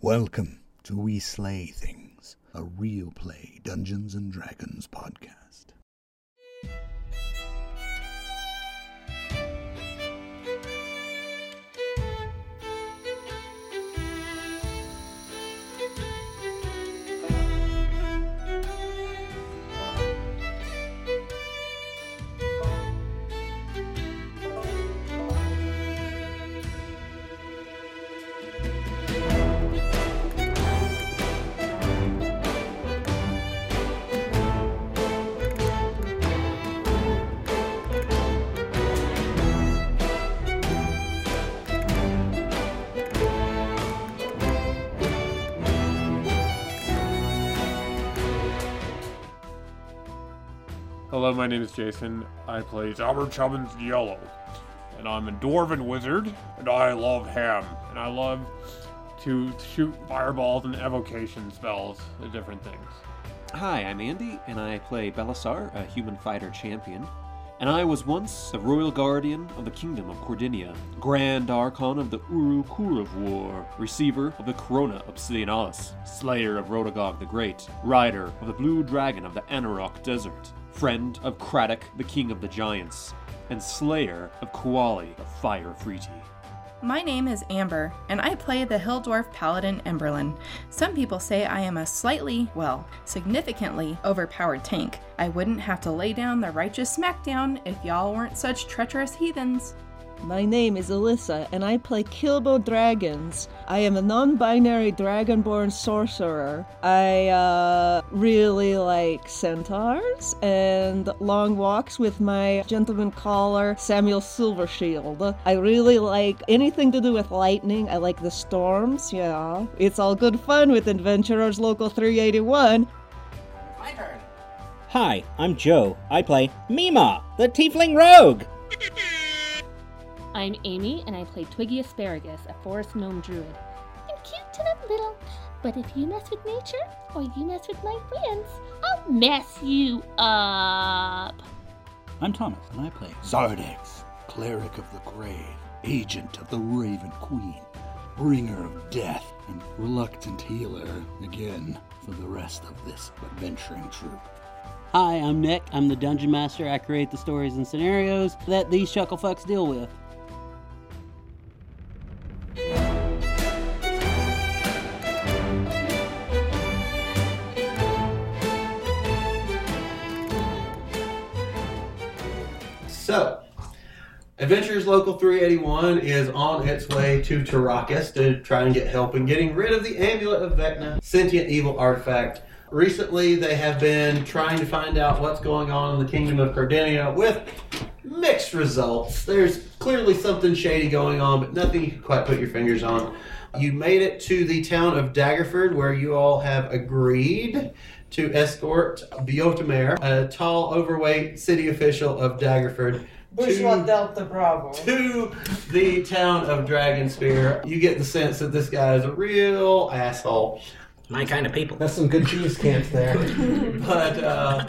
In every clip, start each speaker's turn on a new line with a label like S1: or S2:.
S1: Welcome to We Slay Things, a real play Dungeons and Dragons podcast.
S2: Hello, my name is Jason. I play Albert Chubbins Yellow, and I'm a dwarven wizard, and I love ham, and I love to shoot fireballs and evocation spells and different things.
S3: Hi, I'm Andy, and I play Belisar, a human fighter champion. And I was once a royal guardian of the kingdom of Cordinia, grand archon of the Urukuruv War, receiver of the Corona Obsidianalis, slayer of Rodogog the Great, rider of the blue dragon of the Anarok Desert, friend of Craddock, the king of the giants, and slayer of Kuali, the fire Freeti.
S4: My name is Amber, and I play the Hill Dwarf Paladin Emberlin. Some people say I am a slightly, well, significantly overpowered tank. I wouldn't have to lay down the righteous smackdown if y'all weren't such treacherous heathens.
S5: My name is Alyssa, and I play Kilbo Dragons. I am a non binary dragonborn sorcerer. I uh, really like centaurs and long walks with my gentleman caller, Samuel Silvershield. I really like anything to do with lightning. I like the storms, yeah. It's all good fun with Adventurers Local 381.
S6: Hi, I'm Joe. I play Mima, the Tiefling Rogue.
S7: I'm Amy, and I play Twiggy Asparagus, a forest gnome druid. I'm cute and I'm little, but if you mess with nature or you mess with my friends, I'll mess you up.
S6: I'm Thomas, and I play.
S1: Zardex, cleric of the grave, agent of the Raven Queen, bringer of death, and reluctant healer again for the rest of this adventuring troupe.
S8: Hi, I'm Nick. I'm the dungeon master. I create the stories and scenarios that these chucklefucks deal with.
S9: So, Adventures Local 381 is on its way to Tarakas to try and get help in getting rid of the Amulet of Vecna, sentient evil artifact. Recently, they have been trying to find out what's going on in the Kingdom of Cardinia with mixed results. There's clearly something shady going on, but nothing you can quite put your fingers on. You made it to the town of Daggerford, where you all have agreed to escort Biotemer, a tall, overweight city official of Daggerford, to,
S10: Delta Bravo.
S9: to the town of Dragonspear. You get the sense that this guy is a real asshole.
S6: My kind of people.
S11: That's some good cheese camps there.
S9: But uh,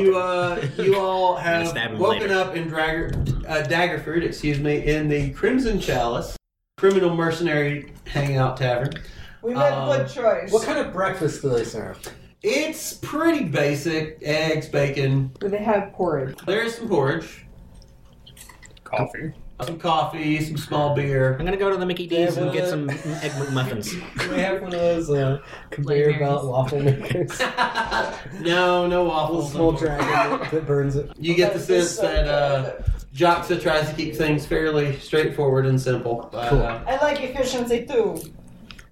S9: you, uh, you all have
S6: stab him
S9: woken
S6: later.
S9: up in Dragger, uh, Daggerford, excuse me, in the Crimson Chalice, criminal mercenary hangout tavern.
S10: We
S9: made a good Um,
S10: choice.
S11: What kind of breakfast do they serve?
S9: It's pretty basic eggs, bacon.
S10: Do they have porridge?
S9: There is some porridge,
S2: Coffee.
S9: some coffee, some small beer.
S6: I'm gonna go to the Mickey D's and get
S11: Yeah,
S6: some egg McMuffins.
S11: Do they have one of those uh, conveyor belt waffle makers?
S9: no, no
S11: Little
S9: waffles.
S11: small
S9: unfortunately.
S11: dragon that, that burns it.
S9: You get the sense that uh, Joxa tries to keep things fairly straightforward and simple. But,
S11: Cool.
S9: uh,
S10: I like efficiency too.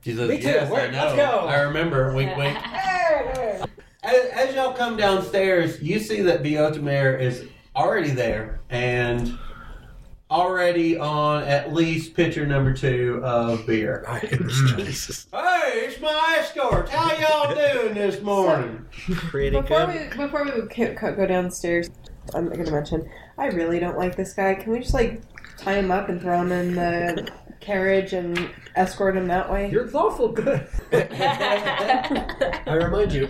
S9: she says,
S11: Me too.
S9: Yes, I
S11: Work.
S9: know.
S11: Let's go."
S9: I remember. Wink, wink. As, as y'all come downstairs, you see that Biotamare is already there and already on at least pitcher number two of beer.
S6: Jesus.
S9: Hey, it's my escort. How y'all doing this morning?
S6: Pretty
S10: Before
S6: good.
S10: we before we ca- ca- go downstairs, I'm not gonna mention. I really don't like this guy. Can we just like tie him up and throw him in the
S5: carriage and escort him that way?
S1: You're lawful good. I remind you,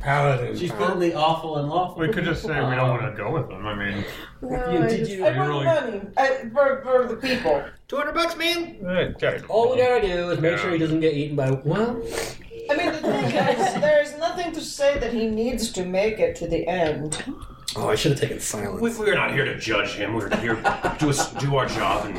S1: paladin.
S9: She's putting the awful and lawful.
S2: We could just say we don't want to go with them. I mean,
S5: No,
S1: You-
S5: I,
S1: did
S5: just,
S1: you-
S5: I
S1: you
S5: want
S2: really-
S5: money I, for, for the people.
S12: 200 bucks, man!
S2: okay.
S1: All we gotta do is make sure he doesn't get eaten by. Well,
S5: I mean, the thing is, there's nothing to say that he needs to make it to the end.
S1: oh, I should have taken
S3: We,
S1: silence.
S3: we're not here to judge him. We're here just do our job and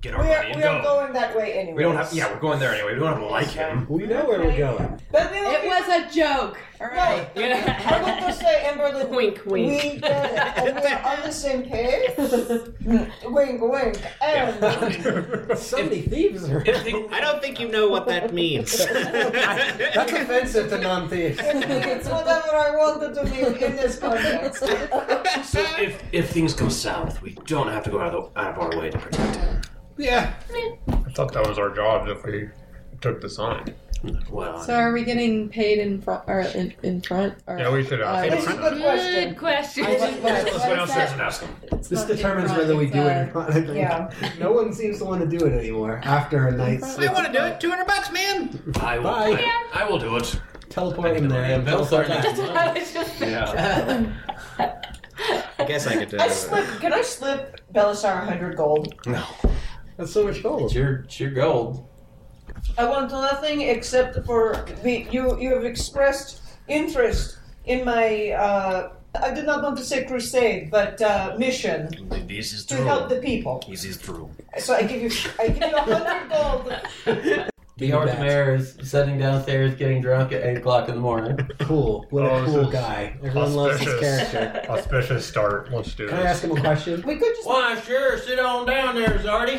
S3: get our
S5: We are,
S3: money and
S5: we are
S3: go.
S5: going that way anyway.
S3: We don't have. Yeah, we're going there anyway. We don't have to like him.
S1: We know where we're going.
S5: But we
S4: It was a joke. All right.
S5: I want to say, Amberlyn,
S4: Wink, wink.
S5: we get it. And we're on the same page. wink, wink. And
S1: So many thieves are.
S12: I don't think you know what that means.
S1: That's offensive to non-thieves.
S5: it's whatever I wanted to mean in this context.
S3: So if if things go south, we don't have to go out of, the, out of our way to protect him.
S1: Yeah.
S2: I thought that was our job if we took the sign.
S3: Well,
S4: So are we getting paid in front or in, in front? Or,
S2: Yeah, we should ask.
S5: This is a good question.
S4: Good question.
S3: let's go downstairs and ask him.
S1: This
S4: not in
S1: determines
S4: front,
S1: whether we
S4: it's,
S1: do it
S4: uh,
S1: or not. I think.
S5: Yeah.
S1: No one seems to want to do it anymore after a night.
S12: I want to do it. 200 bucks, man!
S3: I will.
S1: Bye.
S3: I, I will do it.
S1: teleport in there and teleport back.
S4: I was just
S3: Yeah.
S12: I guess I could do
S5: I slip. Can I slip Belisar 100 gold?
S3: No.
S1: That's so much gold.
S9: It's your, it's your gold.
S5: I want nothing except for the you. You have expressed interest in my. Uh, I did not want to say crusade, but uh, mission
S3: This is
S5: to help
S3: true.
S5: the people.
S3: This is true.
S5: So I give you. I give you 100 gold.
S9: The Archmare is sitting downstairs getting drunk at 8 o'clock in the morning.
S1: Cool. What a
S2: Oh, this
S1: cool
S2: is
S1: guy. Everyone loves his
S2: auspicious.
S1: character.
S2: Auspicious start. Let's do
S1: Can I ask
S2: this.
S1: him a question?
S5: We could just.
S9: Why, sure, sit on down there, Zardy.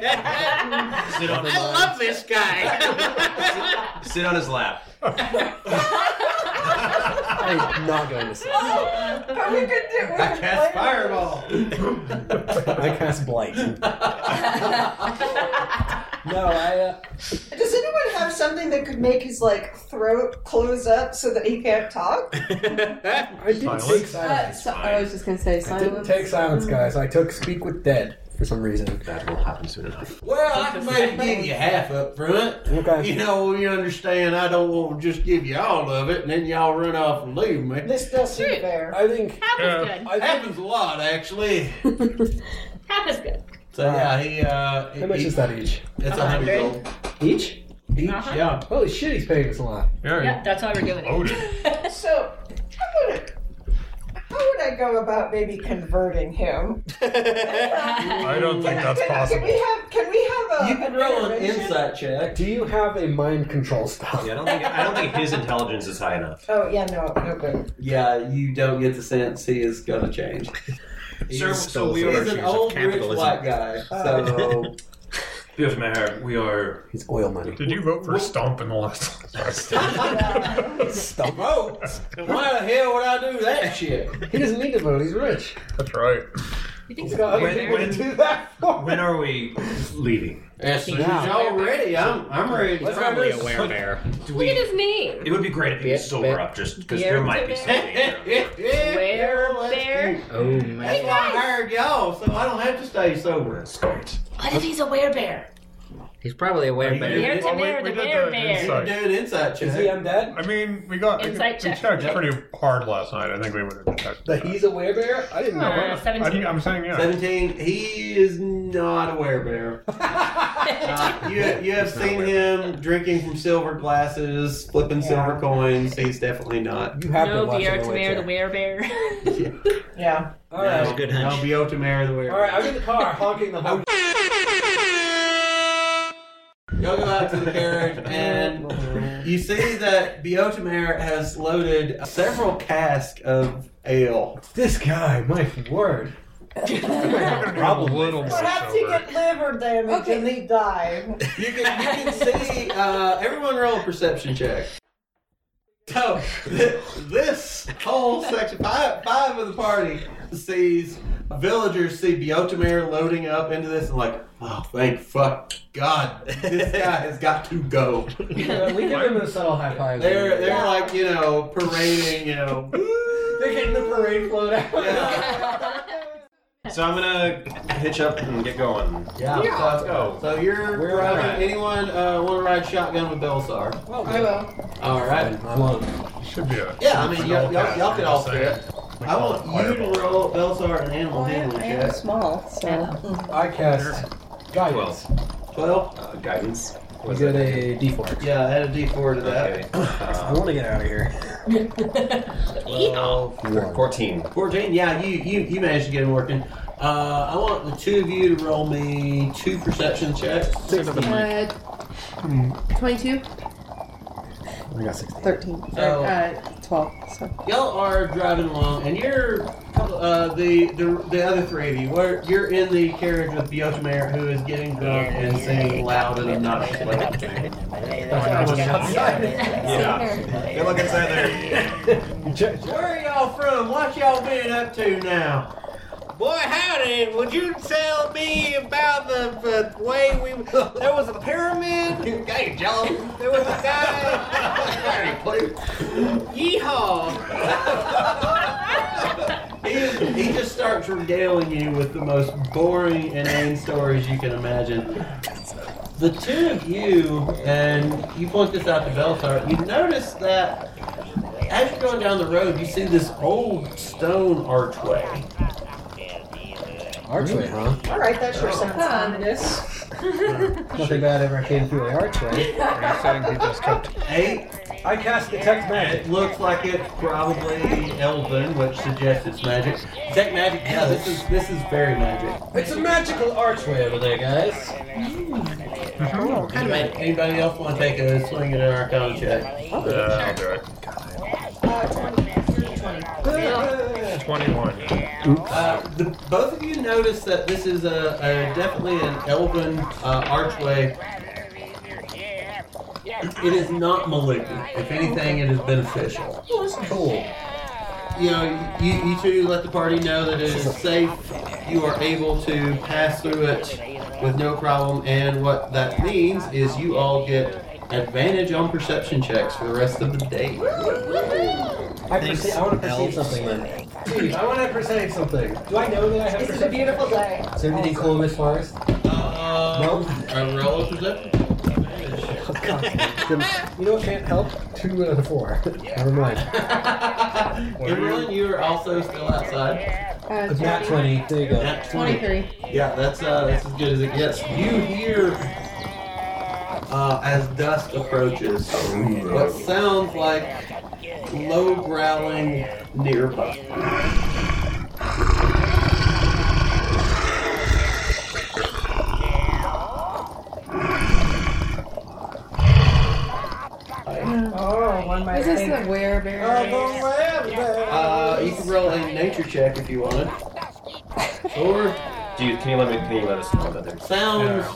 S3: Sit on his,
S12: I love this guy!
S3: sit on his lap.
S1: I'm not going to say.
S5: Oh, or we could do. We
S9: I
S5: could
S9: cast
S5: play-
S9: fireball.
S1: I cast blight. no, I. Uh,
S5: Does anyone have something that could make his like throat close up so that he can't talk?
S1: I didn't
S2: Silence?
S1: take
S4: uh,
S1: silence.
S4: so, I was just gonna say
S1: I didn't
S4: silence.
S1: take silence, guys. I took speak with dead for some reason.
S3: That will happen soon enough.
S9: Well, I can maybe give you half up front.
S1: Okay.
S9: You know, you understand, I don't want to just give you all of it and then y'all run off and leave me.
S5: This does seem
S4: Shoot.
S5: fair.
S1: I think.
S13: Half
S2: Yeah.
S13: is good.
S1: I think
S9: happens a lot, actually.
S13: Half is good.
S9: So, yeah, he, uh.
S1: how much
S9: he-
S1: is that each?
S9: It's a hundred gold.
S1: Each?
S9: Each,
S13: Uh-huh.
S9: yeah.
S1: Holy shit, he's paying us a lot.
S2: Yeah,
S13: Yeah, that's why we're doing it.
S2: loaded.
S5: So, how would, how would I go about maybe converting him?
S2: I don't think that's
S5: can, Can
S2: possible.
S5: we have? Can we have a?
S9: You can roll an
S5: intervention?
S9: insight check.
S1: Do you have a mind control spell?
S3: Yeah, I don't think I don't think his intelligence is high enough.
S5: Oh yeah, no, no good.
S9: Yeah, you don't get the sense he is gonna change.
S3: Sir, so we
S9: He's
S3: are.
S9: an old rich
S12: capitalism.
S9: white guy, so
S3: Beautiful Mayor, we are
S1: He's oil money.
S2: Did you vote for Stomp in the last
S1: Stop.
S9: vote. Why the hell would I do that shit?
S1: He doesn't need to vote, he's rich.
S2: That's right.
S4: You think
S1: He's
S4: so?
S1: got other
S3: When-
S1: people
S3: when-
S1: to do that for.
S3: When are we leaving?
S9: As soon
S1: Now.
S9: as y'all ready, I'm I'm ready. to
S12: He's
S9: try
S12: probably
S9: this.
S12: a bear.
S3: Do
S4: Look
S3: we?
S4: at his name.
S3: It would be great if you
S12: Yeah,
S3: could sober
S12: but-
S3: up, just because there might be something. there.
S4: Where
S9: let's
S4: bear?
S9: do it.
S12: Oh, man.
S9: That's why I hired y'all, so I don't have to stay sober.
S3: That's great.
S4: What if he's a werebear?
S12: He's probably a bear.
S4: Here to
S2: Well, we-
S4: bear,
S2: we
S4: to
S2: did
S4: bear,
S2: the
S4: bear.
S9: You can
S2: insight.
S9: do an insight
S1: Is he
S9: check.
S1: undead?
S2: I mean, we got
S4: Insight
S2: we
S4: check.
S2: checked pretty hard last night. I think we would have detected
S1: That he's a werebear? I didn't know.
S4: Uh,
S2: that. I think,
S4: Seventeen.
S2: I'm saying yeah.
S9: Seventeen. He is not a werebear. Uh, you you have seen him drinking from silver glasses, flipping silver coins. He's definitely not.
S1: You have been
S4: no, the
S1: watching
S4: Eric's mayor, the
S1: Witcher.
S4: werebear.
S5: Yeah.
S1: Alright.
S12: That was a good hunch.
S9: I'll be out to marry the
S1: Alright,
S9: werebear.
S1: I'm in the car honking the horn.
S9: Y'all go out to the carriage, and you see that Beotimer has loaded several casks of ale.
S1: This guy, my word.
S2: Probably a little more
S5: Perhaps he
S2: sober.
S5: get liver damage
S4: Okay.
S5: and he die.
S9: You can, you can see uh, everyone roll a perception check. So th- this whole section, five, five of the party sees villagers see Beotimer loading up into this and like, oh thank fuck God, this guy has got to go.
S1: Yeah, we give him a subtle high five.
S9: They're they're like you know parading you know.
S1: They're getting the parade float out.
S9: Yeah.
S14: So I'm gonna hitch up and get going.
S9: Yeah.
S14: So let's go.
S9: So you're
S14: We're
S9: riding.
S14: alright.
S9: Anyone uh, want to ride shotgun with Belisar?
S5: Oh, I will.
S9: All right.
S2: Should be a
S9: Yeah, I mean, y'all, y'all, y'all could all fit. I want you to roll Belisar an animal handling check.
S5: small, so.
S11: I cast guidance.
S9: Twelve.
S14: Uh, guidance.
S11: You get a D4.
S9: Yeah, add a D4 to that.
S11: I want to get out of here.
S9: Twelve.
S14: Thir- 14.
S9: 14. Yeah, you you you managed to get him working. Uh, I want the two of you to roll me two perception checks.
S4: Uh, 22?
S11: I got 16.
S4: 13. Or,
S9: Oh.
S4: uh, 12. So.
S9: Y'all are driving along, and you're uh, the, the the other three of you. Where you're in the carriage with Biotimer, who is getting drunk and singing loud and obnoxious.
S14: Yeah. Good luck inside there.
S9: Where are y'all from? What y'all been up to now?
S6: Boy, howdy! Would you tell me about the, the way we? There was a pyramid. Hey, John. There was a guy. Yeehaw!
S9: He, he just starts regaling you with the most boring, inane stories you can imagine. The two of you, and you point this out to Beltar, you notice that as you're going down the road, you see this old stone archway.
S11: Archway, huh?
S5: All right, that sure sounds ominous.
S11: Nothing bad ever came through the archway.
S9: Eight.
S11: I cast detect magic.
S9: It looks like it's probably elven, which suggests it's magic. Detect magic. No, this is this is very magic.
S11: It's a magical archway over there, guys.
S9: Anybody, anybody else want to take a swing at an Arcana check?
S14: Uh, I'll do it.
S9: Uh,
S14: 21.
S9: the, both of you notice that this is a, a definitely an elven uh, archway. It is not malignant. If anything, it is beneficial. Cool. You know, you, you two let the party know that it is safe. You are able to pass through it with no problem, and what that means is you all get advantage on perception checks for the rest of the day.
S11: I, perce- I want to perceive something then. Dude, I want to perceive something. Do I know that I have
S5: This is a
S11: perception?
S5: beautiful day.
S11: Is there anything cool in this forest?
S9: Uh, roll a perception.
S11: you know what can't help? Two out of the four. Never mind.
S9: Everyone, you are also still outside.
S4: Uh,
S11: Nat 20. There you go.
S9: Nat 20.
S4: 23.
S9: Yeah, that's uh, that's as good as it gets. You hear uh, as dusk approaches what sounds like low growling nearby.
S5: Oh, one might
S4: Is this
S5: think-
S4: the werebear?
S9: Uh, you can roll a nature check if you want it. Or
S14: Do you, can you let me? Can you let us know about them?
S9: sounds.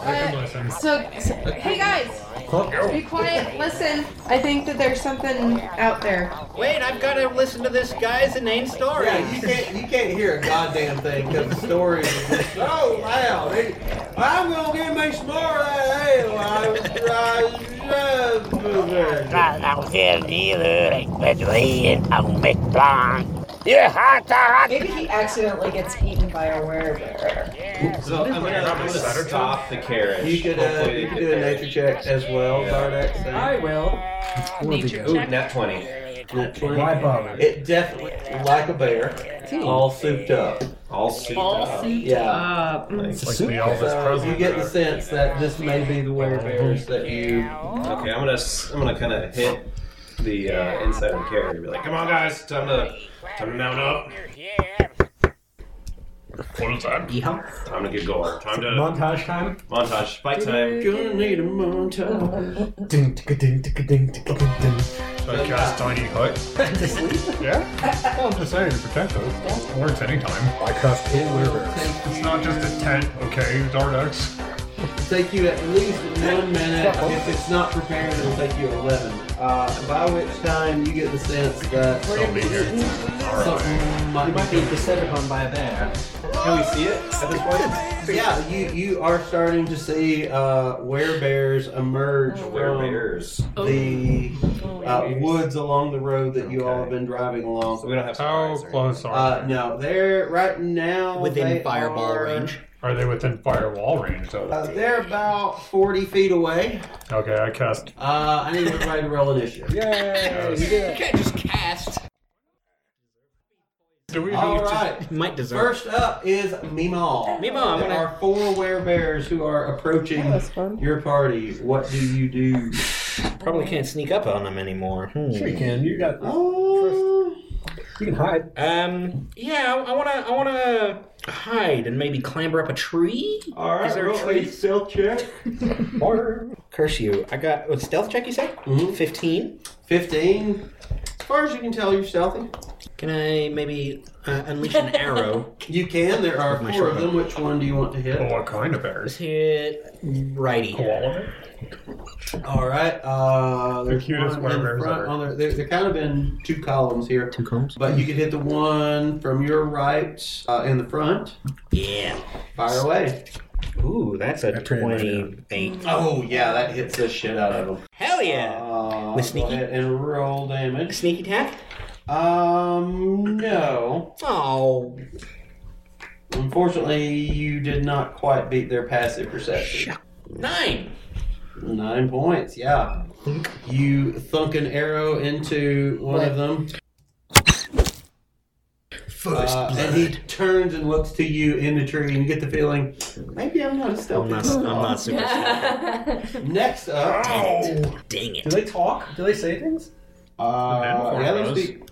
S4: So, so, hey guys, be quiet. Listen, I think that there's something out there.
S6: Wait, I've got to listen to this guy's inane story.
S9: Yeah, you can't you can't hear a goddamn thing because the story is just so loud. It- I'm gonna get me some more of that ale. I was
S5: Maybe he accidentally gets eaten by a werebear.
S14: So I'm gonna, I'm gonna stop the carriage.
S9: You could uh,
S14: Hopefully
S9: you
S14: they
S9: could
S14: get
S9: do a
S14: there.
S9: nature check as well, Dardex. so-
S11: I will.
S4: Nature
S14: Ooh,
S4: check.
S14: nat 20.
S11: Why bother?
S9: It definitely like a bear, all souped up.
S14: All suited
S4: All
S14: up.
S4: suited
S9: Yeah.
S4: up.
S14: Like,
S11: It's a soup.
S9: So you get the sense that this may be the werebears that you.
S14: Okay, I'm gonna s- I'm gonna kind of hit the uh, inside of the carriage and be like, "Come on, guys, time to time to mount up. Full time. Time to get going. Time to
S11: Montage time.
S14: montage. Bike time.
S9: Gonna need a montage.
S11: Ding, ticka, ding, ticka, ding, ticka, ding, ding.
S2: So I cast Tiny Hut. Yeah? Well, I'm just saying to protect us. It works anytime.
S11: I cast eight werewolves.
S2: It's not just a tent, okay, Dardex?
S9: take you at least one minute. If it's not prepared, it'll take you 11. Uh, by which time you get the sense that something might
S11: You might be beset upon by a bear. Can we see it at this point?
S9: Yeah, you, you are starting to see uh, werebears emerge from the uh, woods along the road that you all have been driving along. So we don't have how close
S2: are
S9: uh, No, they're right now
S2: Within
S9: they
S2: fireball
S9: are-
S2: range? Are they within firewall range though?
S9: Uh, they're about forty feet away.
S2: okay, I cast.
S9: Uh, I need everybody to roll initiative. Yay! you did it.
S6: can't just cast.
S2: Do we
S9: All right.
S15: Might deserve.
S9: First up is Meemaw.
S15: Meemaw, I'm
S9: There
S15: gonna-
S9: are four werebears who are approaching your party. What do you do?
S15: Probably can't sneak up on them anymore. Hmm.
S11: Sure you can. You got.
S9: Uh,
S11: You can hide.
S15: Um. Yeah, I- I wanna. I wanna hide and maybe clamber up a tree.
S9: All right,
S15: Is there a
S9: roll
S15: tree?
S9: a stealth check.
S15: Curse you! I got what, stealth check. You say fifteen.
S9: Fifteen. As far as you can tell, you're stealthy.
S15: Can I maybe uh, unleash an arrow?
S9: You can. There are
S15: With my
S9: four of
S15: shotgun.
S9: them. Which one do you want to hit?
S2: What kind of bears?
S15: Let's hit righty.
S9: All right. Uh,
S2: The
S9: there's
S2: cutest
S9: one in
S2: werebears
S9: front
S2: ever.
S9: on there. There, there kind of been two columns here. Two
S15: columns.
S9: But you could hit the one from your right uh, in the front.
S15: Yeah.
S9: Fire away.
S15: Ooh, that's a twenty-eight.
S9: Oh yeah, that hits the shit out of him.
S15: Hell yeah!
S9: Uh,
S15: With sneaky?
S9: go ahead and roll damage.
S15: Sneak attack.
S9: Um, no.
S15: Oh.
S9: Unfortunately, you did not quite beat their passive perception.
S15: Nine.
S9: Nine points, yeah. You thunk an arrow into one of them. First uh,
S15: Uh,
S9: And he turns and looks to you in the tree, and you get the feeling maybe I'm not a stealthy.
S15: I'm not- I'm not super
S9: Next up,
S15: Dang it.
S11: Do they talk? Do they say things?
S9: uh, yeah, they speak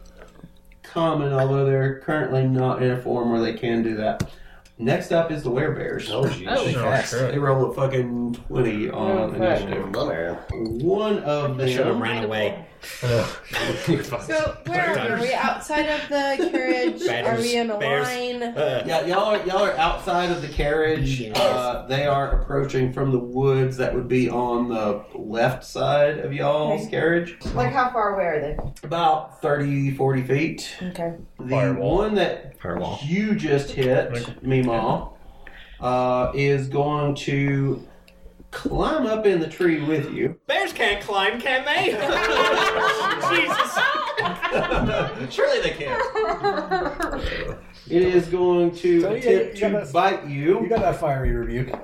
S9: common, although they're currently not in a form where they can do that. Next up is the werebears.
S15: Oh, jeez.
S6: Oh. Oh, shit.
S9: They roll a fucking 20 on
S6: Oh, fuck.
S9: initiative. One of them.
S15: Should have ran away.
S4: So where are we? Are we outside of the carriage? are we in a
S9: Bears.
S4: line?
S9: Yeah, y'all are y'all are outside of the carriage. Uh, they are approaching from the woods. That would be on the left side of y'all's
S4: Okay.
S9: carriage,
S4: Like how far away are they?
S9: about 30, 40 feet.
S4: Okay.
S9: The one that you just hit, Meemaw, uh, is going to climb up in the tree with you.
S15: Bears can't climb, can they? Jesus.
S9: Surely they can. It is going to
S11: So, yeah,
S9: attempt
S11: you got
S9: to
S11: that-
S9: bite you.
S11: You got that fiery rebuke.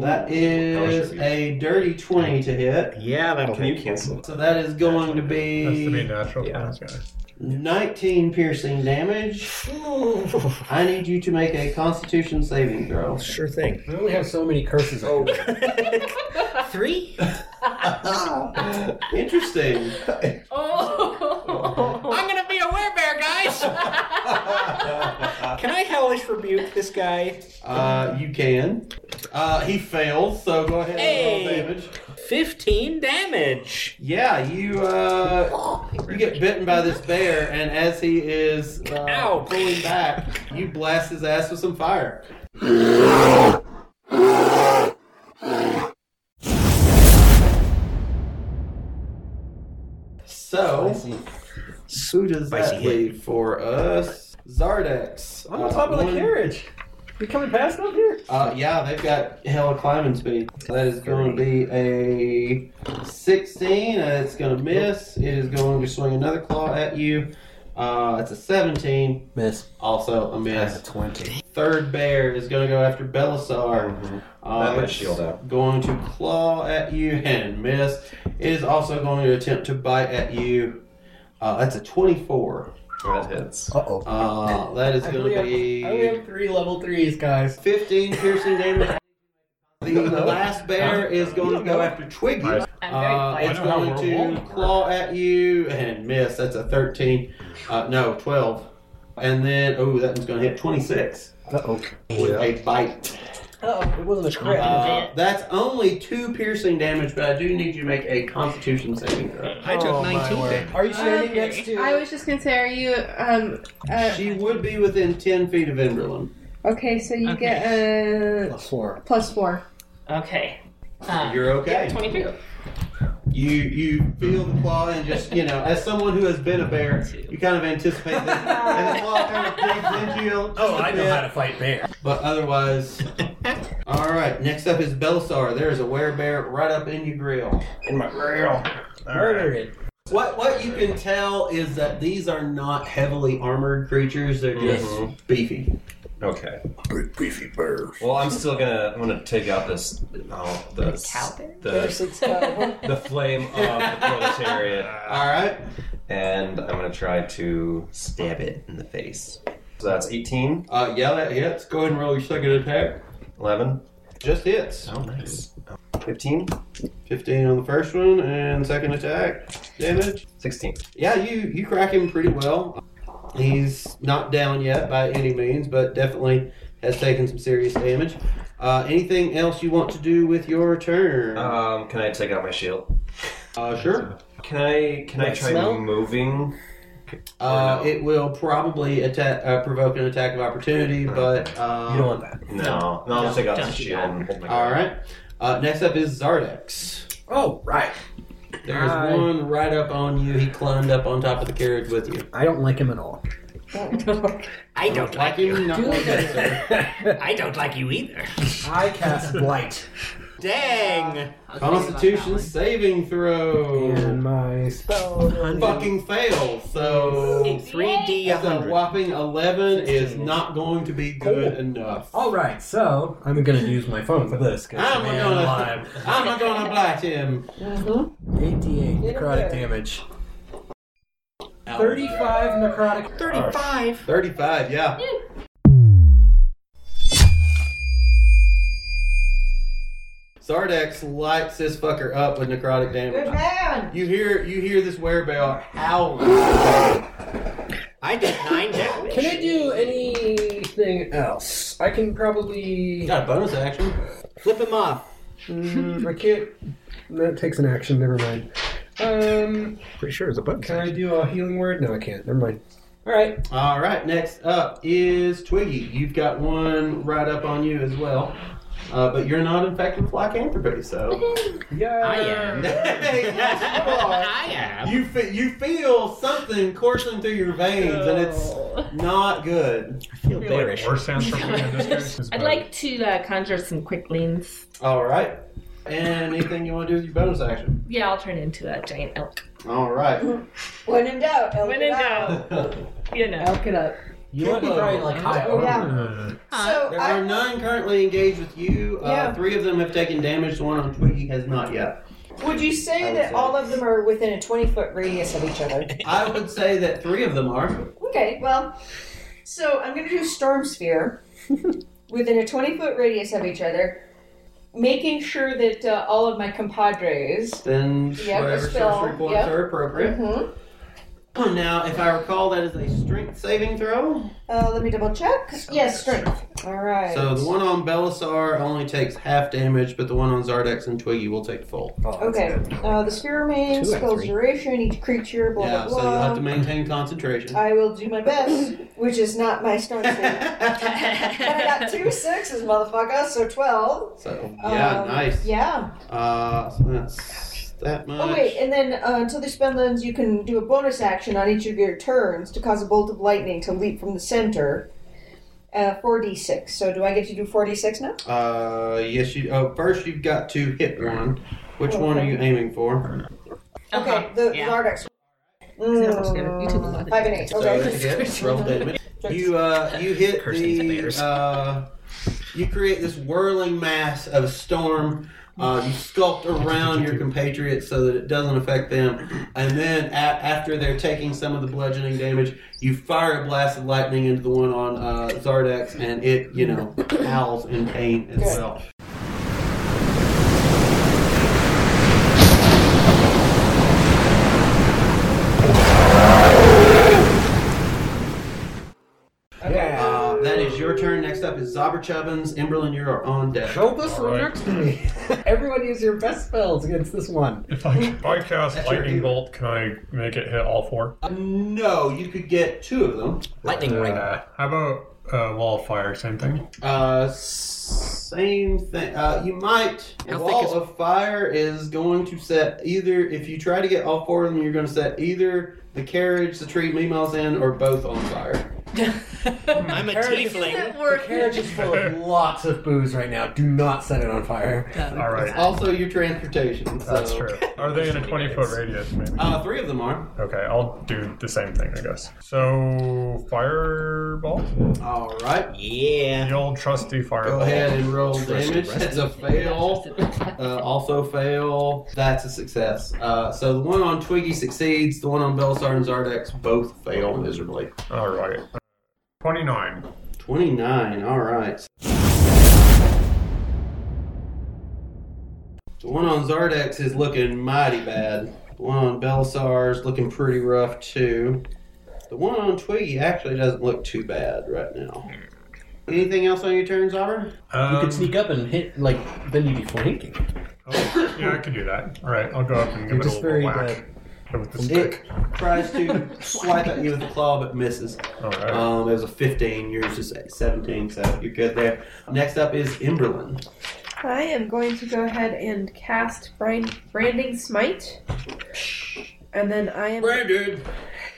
S9: That is a dirty 20 to hit.
S15: Yeah, that'll
S9: Can you
S15: hit. cancel.
S9: So that is going to
S2: That's to be
S9: be
S2: natural. Yeah.
S9: 19 piercing damage. I need you to make a constitution saving throw.
S15: Sure thing.
S11: I only have so many curses. Oh.
S15: Three?
S9: Interesting.
S15: Oh. I'm gonna be a werebear, guys. Can I hellish rebuke this guy?
S9: Uh, you can. Uh, he fails, so go ahead and roll
S15: Hey.
S9: damage.
S15: 15 damage.
S9: Yeah, you uh, you get bitten by this bear, and as he is uh, pulling back, you blast his ass with some fire. So, who does that
S15: Spicy hit.
S9: leave for us? Zardex.
S11: I'm on
S9: Uh,
S11: top of the
S9: one-
S11: carriage. You coming past up here?
S9: Uh, yeah, they've got hella climbing speed. That is going to be a 16, and it's going to miss. It is going to swing another claw at you. Uh, it's a 17.
S11: Miss.
S9: Also a miss.
S11: 20.
S9: Third bear is going to go after Belisar. Uh,
S14: Mm-hmm. That might
S9: it's
S14: shield out.
S9: Going to claw at you and miss. It is also going to attempt to bite at you. Uh, that's a 24.
S14: That hits.
S11: Uh-oh.
S9: Uh, that is
S11: I
S9: going
S11: only
S9: to
S11: have-
S9: be.
S11: I only have three level threes, guys.
S9: 15 piercing damage. The last bear is going to go after Twiggy.
S2: I'm
S9: Uh, it's
S2: I know
S9: going
S2: how
S9: to
S2: werewolf
S9: claw at you and miss. That's a 13. Uh, no, 12. And then, oh, that one's going to hit 26
S11: Uh-oh.
S9: with a bite.
S11: Uh-oh. It wasn't a crit.
S9: Uh, that's only two piercing damage, but I do need you to make a Constitution saving throw.
S15: I took 19 damage.
S11: Are you standing next to...
S4: I was just gonna say, are you? Um. Uh,
S9: She would be within 10 feet of Emberlin.
S4: okay, so you get a
S11: Plus four.
S4: plus four.
S16: Okay. Um,
S9: You're okay.
S16: Yeah, 23.
S9: You you feel the claw and just you know, as someone who has been a bear, you kind of anticipate this, and the claw kind of digs into you. just
S15: Oh,
S9: a
S15: I know
S9: bit.
S15: how to fight bear.
S9: But otherwise, all right. Next up is Belsar. There is a werebear right up in your grill. In my grill. Murder it. What what you can tell is that these are not heavily armored creatures. They're just
S15: Mm-hmm.
S14: Mhm.
S9: beefy.
S14: Okay.
S17: Big beefy bears.
S14: Well, I'm still gonna I'm gonna take out this no, the the, the flame of the proletariat.
S9: All right.
S14: And I'm gonna try to stab it in the face. So that's 18.
S9: Uh, yeah, that hits. Go ahead and roll your second attack.
S14: 11.
S9: Just hits.
S14: Oh, nice. 15.
S9: 15 on the first one and second attack damage
S14: 16
S9: yeah you you crack him pretty well he's not down yet by any means but definitely has taken some serious damage uh, anything else you want to do with your turn
S14: Um, can I take out my shield?
S9: Uh, sure.
S14: Can I can I
S9: What,
S14: try
S9: smell?
S14: moving?
S9: uh, it will probably attack uh, provoke an attack of opportunity but um,
S14: You don't want that. No, no, I'll just take out the shield. and hold my
S9: all
S14: ground.
S9: right uh, next up is zardex
S1: Oh, right.
S9: there's
S1: Hi.
S9: one right up on you he climbed up on top of the carriage with you
S1: I don't like him at all.
S9: I don't like you.
S1: Do like it.
S6: I don't like you either.
S1: I cast blight.
S6: Dang.
S9: Constitution saving throw.
S1: And my spell
S9: Fucking fail. So
S6: 3D
S9: That's a whopping eleven is not going to be good enough.
S1: All right, so I'm gonna use my phone for this. Cause
S9: I'm
S1: man,
S9: gonna-
S1: alive.
S9: I'm gonna blight him.
S1: 88 necrotic damage. 35 necrotic.
S9: 35. Thirty-five. Yeah. Zardex lights this fucker up with necrotic damage.
S5: Good man.
S9: You hear you hear this werebell howling.
S6: I did nine damage.
S1: Can I do anything else? I can probably.
S9: Got a bonus action.
S1: Flip him off. I can't. That takes an action. Never mind. Um, Pretty sure it's a bonus. Can I do a healing word? No, I can't. Never mind. All right.
S9: All right. Next up is Twiggy. You've got one right up on you as well, uh, but you're not infected with lycanthropy, so
S1: yeah,
S9: I am.
S6: Um,
S9: yes, you are. I am. You fe- you feel something coursing through your veins, and it's not good. I feel
S16: bearish.
S9: Worse sounds
S16: I'd like to uh, conjure some quicklings.
S9: All right. And anything you want to do with your bonus action?
S16: Yeah, I'll turn into a giant elk.
S9: All right.
S5: When in doubt, elk
S16: When
S5: it
S16: in
S5: out.
S16: You know.
S5: Elk it up.
S9: You
S5: want to try, like, high
S9: yeah.
S5: So
S9: There
S5: I-
S9: are nine currently engaged with you. Uh,
S5: Yeah.
S9: Three of them have taken damage. The one on Twiggy has not yet.
S5: uh, Would you
S9: I
S5: say
S9: would
S5: that
S9: say-
S5: all of them are within a 20 foot radius of each other?
S9: I would say that three of them are.
S5: Okay, well, so I'm going to do Storm Sphere within a 20 foot radius of each other, making sure that uh, all of my compadres.
S9: Then
S5: Yep,
S9: whatever
S5: spell,
S9: sorcery points
S5: yep.
S9: are appropriate.
S5: Mhm.
S16: Mm-hmm.
S9: Now, if I recall, that is a strength saving throw.
S5: Uh, let me double check. Yes, strength. All right.
S9: So the one on Belisar only takes half damage, but the one on Zardex and Twiggy will take full.
S5: Okay. Uh, the sphere remains,
S9: Two out of
S5: spell's
S9: three.
S5: duration, each creature, blah,
S9: Yeah, so
S5: blah,
S9: you'll
S5: blah.
S9: have to maintain concentration.
S5: I will do my best, which is not my storm sphere. but I got two sixes, motherfucker, so 12.
S9: So yeah,
S5: Um,
S9: nice.
S5: Yeah.
S9: Uh, so that's that much.
S5: Oh wait, and then uh, until they spend lands, you can do a bonus action on each of your turns to cause a bolt of lightning to leap from the center. uh, Four d six. So do I get to do four d six now?
S9: Uh, yes, you. Oh, first you've got to hit one. Which one are you aiming for?
S5: Okay, the yeah. Zardex. Mm, five and eight.
S9: So
S5: Okay.
S9: you hit, roll damage. You uh, you hit the uh, you create this whirling mass of storm. Uh, you sculpt around your compatriots so that it doesn't affect them, and then a- after they're taking some of the bludgeoning damage, you fire a blast of lightning into the one on uh, Zardex, and it you know howls in pain as well. Uh, that is your turn. Next up is Zobber Chubbins. Emberlin, you are on deck.
S1: Show this one next to me. Everyone use your best spells against this one.
S2: If I, if I cast lightning bolt, can I make it hit all four?
S9: No, you Uh, could get two of them.
S1: Uh,
S2: Lightning ring. How about uh, wall of fire, same thing.
S9: Uh, same thing. Uh, you might. The wall of fire is going to set either, if you try to get all four of them, you're going to set either the carriage the tree Mimal's in or both on fire.
S6: I'm a tiefling.
S1: The carriage is full of lots of booze right now. Do not set it on fire.
S2: All right.
S9: Also, your transportation. So.
S2: That's true. Are they in a 20 foot radius, maybe?
S9: Uh, three of them are.
S2: Okay, I'll do the same thing, I guess. So, fireball?
S9: All right.
S2: Yeah. The old trusty fireball.
S9: Go ahead and roll
S2: Trusty
S9: damage. That's a fail. Uh, also fail. That's a success. Uh, so the one on Twiggy succeeds. The one on Belsar and Zardex both fail miserably.
S2: All right. 29.
S9: 29. All right. The one on Zardex is looking mighty bad. The one on Belsar is looking pretty rough too. The one on Twiggy actually doesn't look too bad right now. Anything else on your turn, Zobber?
S11: you
S2: Um,
S11: could sneak up and hit, like, then you'd be flanking.
S2: oh, Yeah, I could do that. All right, I'll go up and give
S11: You're
S2: it a
S11: just
S2: little
S11: very
S2: whack. With the
S9: It tries to swipe at you with a claw but misses.
S2: Alright.
S9: Um, it was a 15, yours is a 17, so you're good there. Next up is Imberlin.
S4: I am going to go ahead and cast brand- Branding Smite. And then I am.
S9: Branded!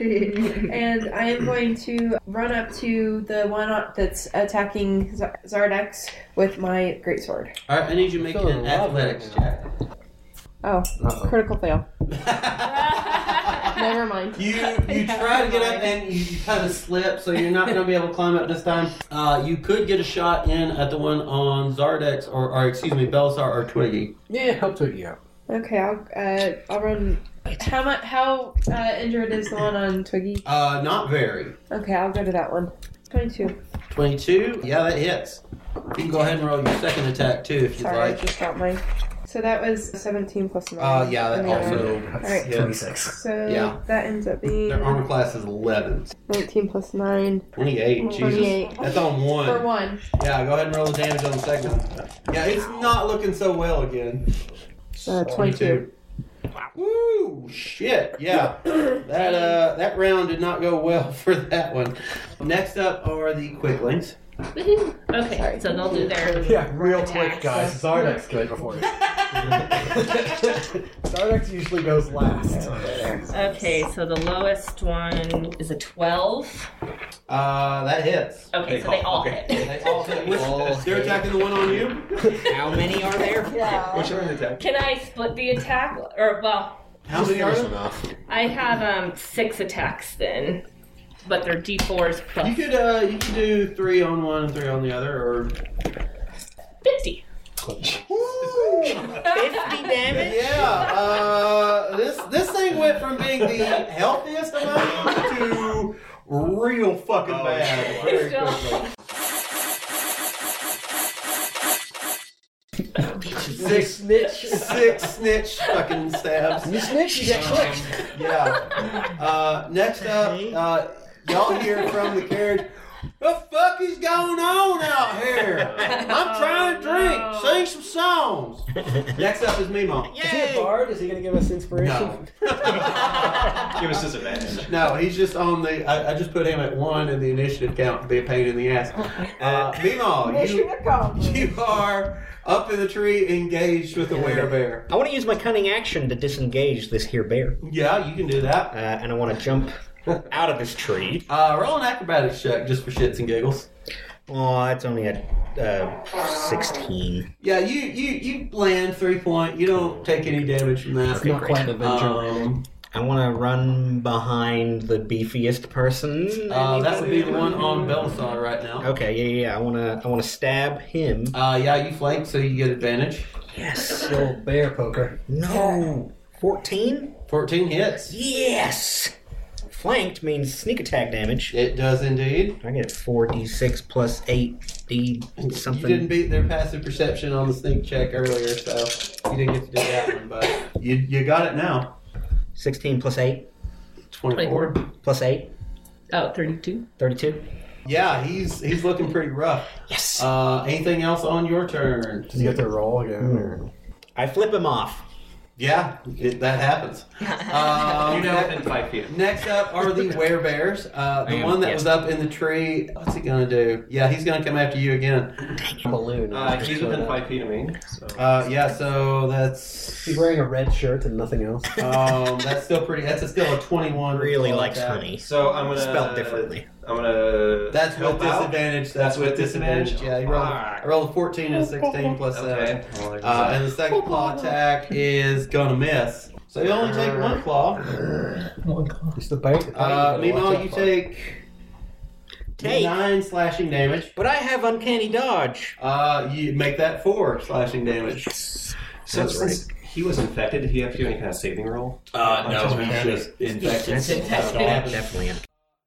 S4: and I am going to run up to the one o- that's attacking Z- Zardex with my greatsword.
S9: Alright, I need you to make an athletics check.
S4: Oh,
S9: Uh-oh.
S4: critical fail. Never mind.
S9: You you try to get up and you, you kind of slip, so you're not going to be able to climb up this time. Uh, you could get a shot in at the one on Zardex, or, or excuse me, Belsar or Twiggy.
S1: Yeah, help Twiggy out.
S4: Okay, I'll uh, I'll run. How much? How uh, injured is the one on Twiggy?
S9: Uh, not very.
S4: Okay, I'll go to that one. Twenty-two.
S9: 22, yeah, that hits. You can go ahead and roll your second attack too if you'd
S4: Sorry, I
S9: like.
S4: just got my. So that was seventeen plus nine.
S9: Uh, yeah, that
S4: And the other
S9: also
S4: one. All right.
S9: hits.
S4: So
S9: Yeah.
S4: that ends up being
S9: Their armor class is 11.
S4: 19 plus 9.
S9: 28, Jesus.
S4: 28.
S9: That's on one.
S4: For one.
S9: Yeah, go ahead and roll the damage on the second one. Yeah, it's not looking so well again.
S4: Uh, 22.
S9: Woo! Shit, yeah. that uh, that round did not go well for that one. Next up are the quicklings.
S16: Woohoo. Okay, so they'll do their.
S1: Yeah, real
S16: Attacks.
S1: quick, guys. Zardex good before you. Zardex usually goes last.
S16: Okay, so the lowest one is a 12.
S9: Uh, that hits.
S16: Okay, so they all hit.
S9: They all hit. Which- They're attacking the one on you.
S6: How many are there?
S9: Which one attack?
S16: Can I split the attack? Or, well,
S9: How many are there?
S16: I have um six attacks then, but they're d4s plus
S9: You could uh, you could do three on one and three on the other, or
S16: 50.
S6: 50 damage?
S9: Yeah, uh, this this thing went from being the healthiest among you to real fucking bad. Very quickly. Six snitch, six snitch fucking stabs.
S6: You snitch, you get clipped.
S9: Yeah. Uh, next up, uh, y'all hear from the carriage. The fuck is going on out here? I'm trying to drink, sing some songs. Next up is Mimo.
S1: Is he a bard? Is he going to give us inspiration?
S9: No.
S14: Give us disadvantage.
S9: No, he's just on the. I, I just put him at one in the initiative count to be a pain in the ass. Uh, Mimo, you, you are up in the tree engaged with the bear.
S6: I want to use my cunning action to disengage this here bear.
S9: Yeah, you can do that.
S6: Uh, and I want to jump out of this tree.
S9: Uh, roll an acrobatics check just for shits and giggles.
S6: Oh, it's only a uh, 16.
S9: Yeah, you you you land three point. You don't take any damage from that.
S6: Okay, great.
S9: Um,
S6: I want to run behind the beefiest person.
S9: uh, that would be the one on Belisar right now.
S6: Okay, yeah, yeah, yeah. I want to. I want to stab him.
S9: Uh, yeah, you flank, so you get advantage.
S6: Yes.
S1: Old bear poker.
S6: No. Fourteen.
S9: Fourteen hits.
S6: Yes. Flanked means sneak attack damage.
S9: It does indeed.
S6: I get four d six plus eight d something.
S9: You didn't beat their passive perception on the sneak check earlier, so you didn't get to do that one. But you you got it now.
S6: Sixteen plus eight.
S9: Twenty-four.
S6: Plus eight.
S16: Oh, 32.
S6: 32.
S9: Yeah, he's he's looking pretty rough.
S6: Yes.
S9: Uh, anything else on your turn?
S1: Does he have to roll again? Or...
S6: I flip Hmm. him off.
S9: Yeah, it, that happens. Um,
S14: You know
S9: ne-
S14: within five feet.
S9: Next up are the werebears. Uh,
S14: I
S9: the
S14: am,
S9: one that
S14: yes.
S9: was up in the tree. What's he gonna do? Yeah, he's gonna come after you again. Balloon.
S14: Uh, he's within five feet of me. So.
S9: Uh, yeah, so that's. He's wearing a red shirt and nothing else. Um, that's still pretty. That's a, still a twenty-one.
S14: Really
S9: Like
S14: likes
S9: that.
S14: honey. So I'm gonna
S9: Spelled
S14: differently. I'm gonna.
S9: That's
S14: help
S9: with
S14: out.
S9: disadvantage. That's, with disadvantage. Yeah, you rolled, I rolled a 14 and a 16 plus
S14: Okay.
S9: 7. Uh, and the second claw attack is going to miss. So you only take one claw.
S1: It's the bite.
S9: Uh, meanwhile, you
S1: Watch out.
S9: take. Nine slashing damage. But I have uncanny dodge. Uh, you make that four slashing damage.
S14: So since he was infected, did he have to do any kind of saving roll?
S9: Uh,
S14: Like,
S9: no,
S14: just-
S9: he's just infected. He's just infected. Definitely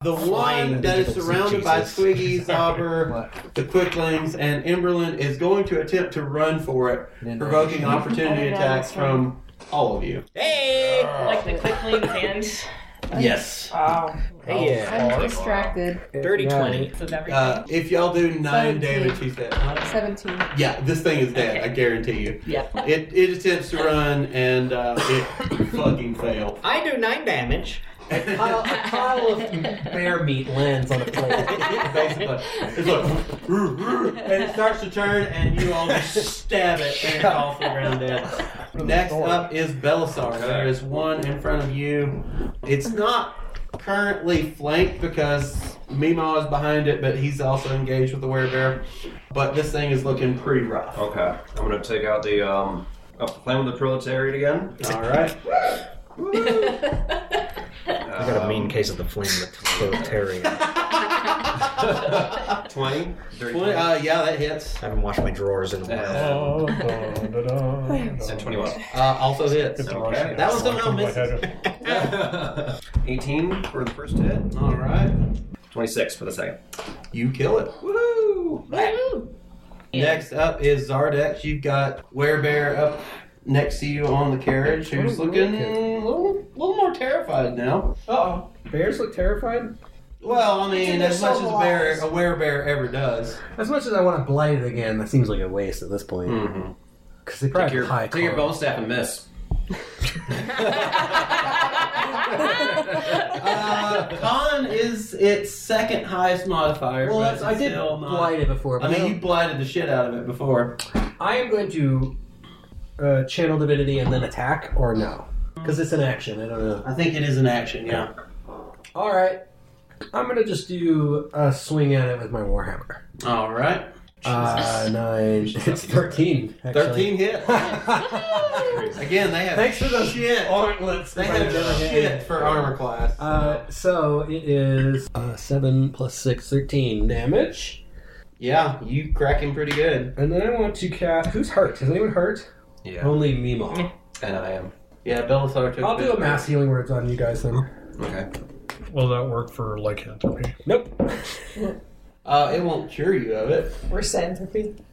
S9: The
S14: Flying
S9: one that is
S14: digital
S9: surrounded by
S14: Jesus.
S9: Twiggy, Zobber, the Quicklings, and Emberlin is going to attempt to run for it, provoking opportunity attacks from all of you.
S16: Hey! Like the quickly and.
S9: Yes.
S16: Oh.
S4: I'm distracted.
S9: Dirty
S4: 20.
S9: Uh, if y'all do 9
S4: Seventeen.
S9: damage, he's dead. Huh?
S4: 17.
S9: Yeah, this thing is dead, I guarantee you.
S4: Yeah.
S9: It, it attempts to run and uh, it fucking failed.
S6: I do nine damage.
S9: A pile, a pile of bear meat lands on a plate. Basically, it's like, "Roo, roo," and it starts to turn, and you all just stab it, and it falls to the ground dead. Next up is Belisar. There is one in front of you. It's not currently flanked because Mimo is behind it, but he's also engaged with the werebear. But this thing is looking pretty rough.
S14: Okay, I'm gonna take out the um, up the flame with the proletariat again. Uh,
S9: All right.
S14: I
S18: got a mean case of the flame with proletarian.
S14: Twenty. Dirty
S9: Twenty- uh, yeah, that hits.
S18: I haven't washed my drawers in a
S15: Uh,
S18: while.
S14: And 21.
S9: Uh, also hits.
S14: Okay.
S9: That one somehow misses.
S14: 18 for the first hit.
S9: All right.
S14: 26 for the second.
S9: You kill it. Woohoo! Next up is Zardex. You've got Werebear up next to you on the carriage, who's
S1: What a
S9: looking
S1: wicked-
S9: a little, little more terrified now.
S1: Uh oh. Bears look terrified?
S9: Well, I
S1: Dude,
S9: mean,
S1: they're
S9: as much as a bear,
S1: civilized.
S9: a werebear ever does.
S1: As much as I want to blight it again, that seems like a waste at this point. Because they probably have high
S14: Take your
S1: con.
S14: bone staff and miss.
S9: Uh, con is its second highest modifier.
S11: Well,
S9: but
S11: that's- I
S9: it's
S11: did
S9: still not-
S11: blight it before,
S9: I
S11: but I
S9: mean,
S11: don't-
S9: you blighted the shit out of it before.
S1: I am going to uh, channel divinity and then attack, or no? Because it's an action. I don't know.
S9: I think it is an action. Yeah.
S1: All right. I'm gonna just do a swing at it with my warhammer.
S9: All right.
S1: Uh, nine. It's thirteen. Actually.
S9: Thirteen hits. Again, they have
S1: Thanks for those
S9: shit.
S1: Gauntlets.
S9: They have shit for armor class.
S1: Uh, so it is uh, seven plus six, 13 damage.
S9: Yeah, you crack him pretty good.
S1: And then I want to cast. Who's hurt? Is anyone hurt?
S14: Yeah.
S1: Only Mimo.
S14: And I am.
S9: Yeah, Belisar took
S1: I'll
S9: the-
S1: do a mass healing words on you guys then.
S14: Okay.
S18: Will that work for lycanthropy?
S1: Nope.
S9: Uh, it won't cure you of it.
S5: We're centipede.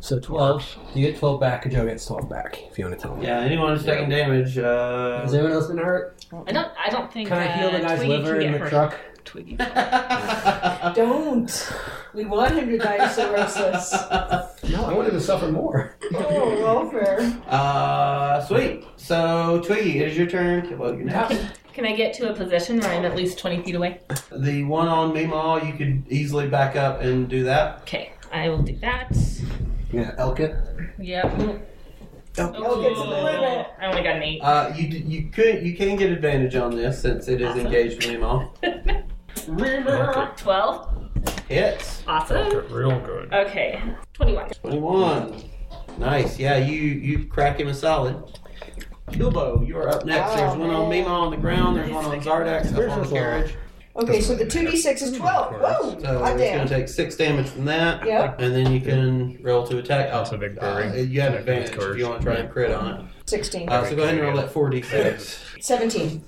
S1: So 12. You get 12 back, and Joe gets 12 back, if you want to tell him.
S9: Yeah, anyone who's taking damage. Uh,
S1: Has anyone else been hurt?
S16: I don't. I don't think.
S1: Can I heal the
S16: uh,
S1: guy's
S16: Twiggy
S1: liver
S16: can get
S1: in the
S16: hurt.
S1: truck?
S16: Twiggy.
S5: Don't. We want him to die of cirrhosis.
S1: No, I wanted to suffer more.
S5: Oh, welfare.
S9: Uh, sweet. So, Twiggy, it is your turn. Well, you're next.
S16: Can I get to a position where I'm at least twenty feet away?
S9: the one on Meemaw, you could easily back up and do that.
S16: Okay, I will do that.
S1: Yeah, elk it.
S16: Yep. Oh, I only got an eight.
S9: Uh, you d- you could you can get advantage on this since it is engaged with Meemaw.
S16: uh, Twelve.
S9: Hits.
S16: Awesome.
S9: Real good.
S16: Okay. Twenty-one.
S9: Twenty-one. Nice. Yeah, you you crack him a solid. Kilbo, you are up next. There's one on Meemaw on the ground. There's one on Zardax up on the carriage.
S5: Okay, so the 2d6 is 12. Whoa!
S9: So
S5: I
S9: it's going
S5: damn.
S9: to take six damage from that.
S5: Yep.
S9: And then you can roll to attack. Oh, a big you have advantage if you want to try and crit on it.
S5: 16.
S9: Uh, so go ahead and roll that 4d6.
S5: 17.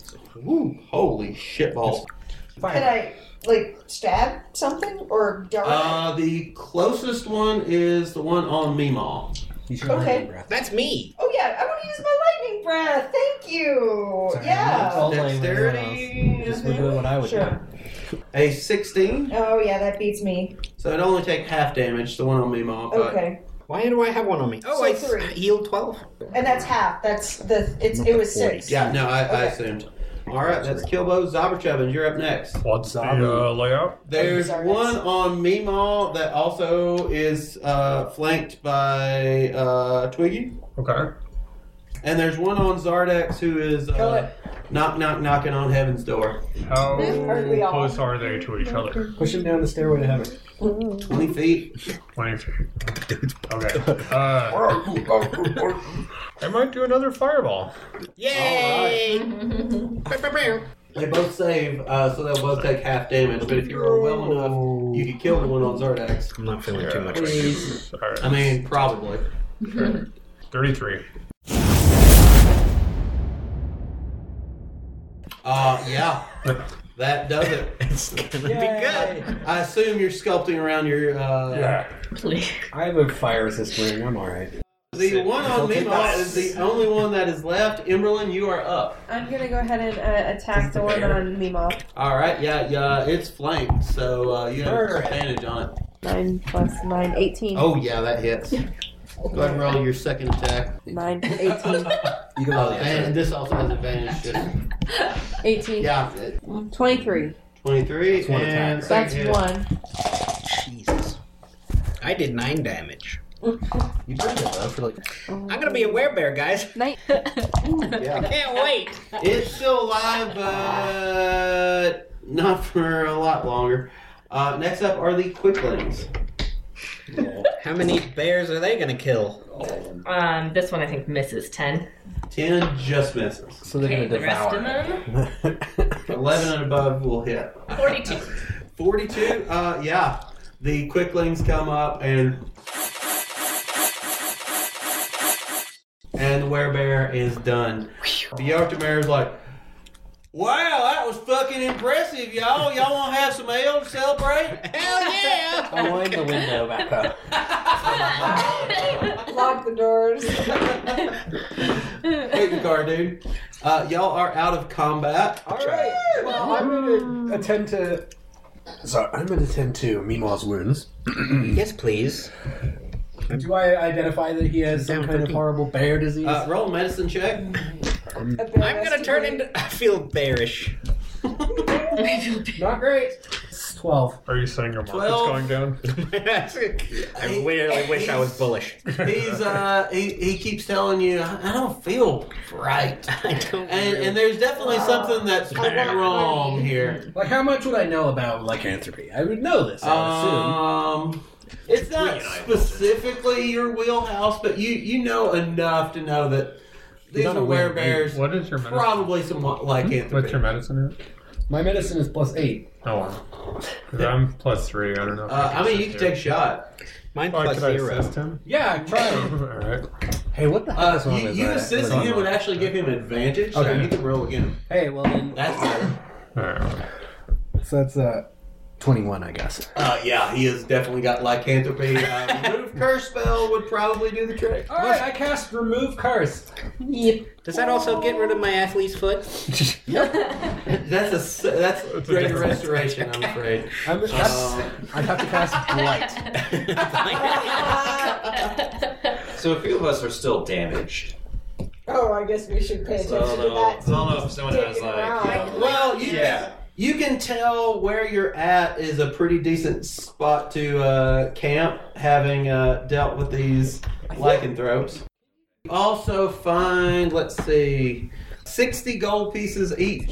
S9: Ooh, holy shitballs.
S5: Can I, like, stab something or dart?
S9: Uh, the closest one is the one on Meemaw.
S5: Okay. That's me. Oh, yeah. I want to use my lightning breath. Thank you.
S1: It's all
S5: Yeah.
S1: playing with everyone else.
S9: Dexterity.
S1: Just we're doing what I would
S5: Sure.
S9: A 16,
S5: Oh, yeah. That beats me.
S9: so it only take half damage, the one on Meemaw. But
S5: Okay.
S15: Why do I have one on me? Oh,
S5: So
S15: I
S5: three.
S15: I healed twelve.
S5: And that's half. That's the. It's it was six.
S9: Yeah, no, I, I assumed. All right, that's Kilbo Zaberchubbins. You're up next.
S18: What's the
S9: Zabu.
S18: uh, layout?
S9: There's one on Meemaw that also is uh, flanked by uh, Twiggy.
S18: Okay.
S9: And there's one on Zardex who is uh, knock, knock, knocking on heaven's door.
S18: How close are they to each other?
S1: Push him down the stairway to heaven.
S9: 20 feet.
S18: 20 feet. Okay. Uh, I might do another fireball.
S6: Yay!
S9: They both save, uh, so they'll both take half damage. But if you roll well enough, you could kill the one on Zardex.
S18: I'm not feeling too much
S9: Please.
S18: right now. All right.
S9: I mean, probably.
S18: Sure. 33.
S9: Uh, yeah. That does it. it's gonna be good. I assume you're sculpting around your. Uh,
S1: Yeah. I have a fire assist ring. I'm all right.
S9: The one on Meemaw is the only one that is left. Imberlin, you are up.
S4: I'm gonna go ahead and uh, attack the one on Mima.
S9: All right, yeah, yeah, it's flanked, so uh, you have advantage on it.
S4: Nine plus nine, eighteen.
S9: Oh yeah, that hits. Go ahead and roll your second attack.
S4: Nine, eighteen,
S9: You can roll and this also has advantage. too.
S4: eighteen.
S9: Yeah, it-
S4: Twenty-three.
S9: twenty-three
S15: one
S9: and
S15: attack.
S4: That's
S9: second hit.
S4: one.
S15: I did nine damage.
S9: You burned it though for like.
S15: I'm gonna be a werebear, guys.
S4: Night.
S9: Yeah.
S15: I can't wait.
S9: It's still alive, but not for a lot longer. Uh, next up are the quicklings.
S15: How many bears are they gonna kill?
S16: Um, this one I think misses ten.
S9: Ten just misses. So
S16: they're Okay, gonna the rest devour of
S9: Eleven and above will hit.
S16: Forty-two.
S9: Forty-two. Uh, yeah. The quicklings come up and and the werebear is done. The Yartamare is like, wow, that was fucking impressive, y'all. Y'all want to have some ale to celebrate? Hell yeah!
S11: I wind the window back up.
S5: Lock the doors.
S9: Hit the car, dude. Uh, y'all are out of combat. All right.
S1: Well, Oh, I'm gonna attend to. So I'm gonna attend to Meemaw's wounds.
S15: yes, please.
S1: Do I identify that he has some kind of horrible bear disease?
S9: Uh, roll a medicine check.
S15: I'm gonna turn into. I feel bearish.
S1: Not great. It's Twelve.
S18: Are you saying your market's
S9: Twelve.
S18: going down?
S15: I really wish I was bullish.
S9: He's uh he, he keeps telling you I I don't feel right. and and there's definitely something that's wrong here.
S1: Like, how much would I know about lycanthropy? I would know this. I
S9: Um it's not specifically your wheelhouse, but you you know enough to know that these
S1: Not
S9: are
S1: a weird
S9: werebears.
S1: What is your medicine?
S9: Probably some lycanthropy.
S18: What's your medicine?
S1: would assume. My medicine is plus eight.
S18: Oh, wow. 'Cause I'm plus three. I don't know. if
S9: Uh, I mean, you can
S18: assist
S9: take a
S18: here.
S9: shot.
S15: Mine
S18: Oh,
S15: plus
S18: could I
S15: zero.
S18: assist him?
S1: Yeah, try.
S18: All right.
S1: hey, what the hell is wrong
S9: Uh, You,
S1: with
S9: you
S1: that?
S9: assisting him would actually give him advantage, so
S1: Okay.
S9: you can roll again.
S1: Hey, well then.
S9: That's better.
S1: So that's uh, twenty-one, I guess.
S9: Uh, yeah, he has definitely got lycanthropy. Uh, remove curse spell would probably do the trick.
S1: All right, I cast remove curse.
S15: Yep. Does that also get rid of my athlete's foot?
S9: That's a s- that's greater restoration, I'm afraid.
S1: I'm,
S9: Um,
S1: I'd have to cast blight.
S14: So a few of us are still damaged.
S5: Oh, I guess we should pay
S14: So I don't
S5: attention to
S14: know,
S5: that.
S14: so I don't know if someone has like.
S9: well, you
S14: Yeah.
S9: you can tell where you're at is a pretty decent spot to uh, camp, having uh, dealt with these lycanthropes. You also find, let's see, sixty gold pieces each.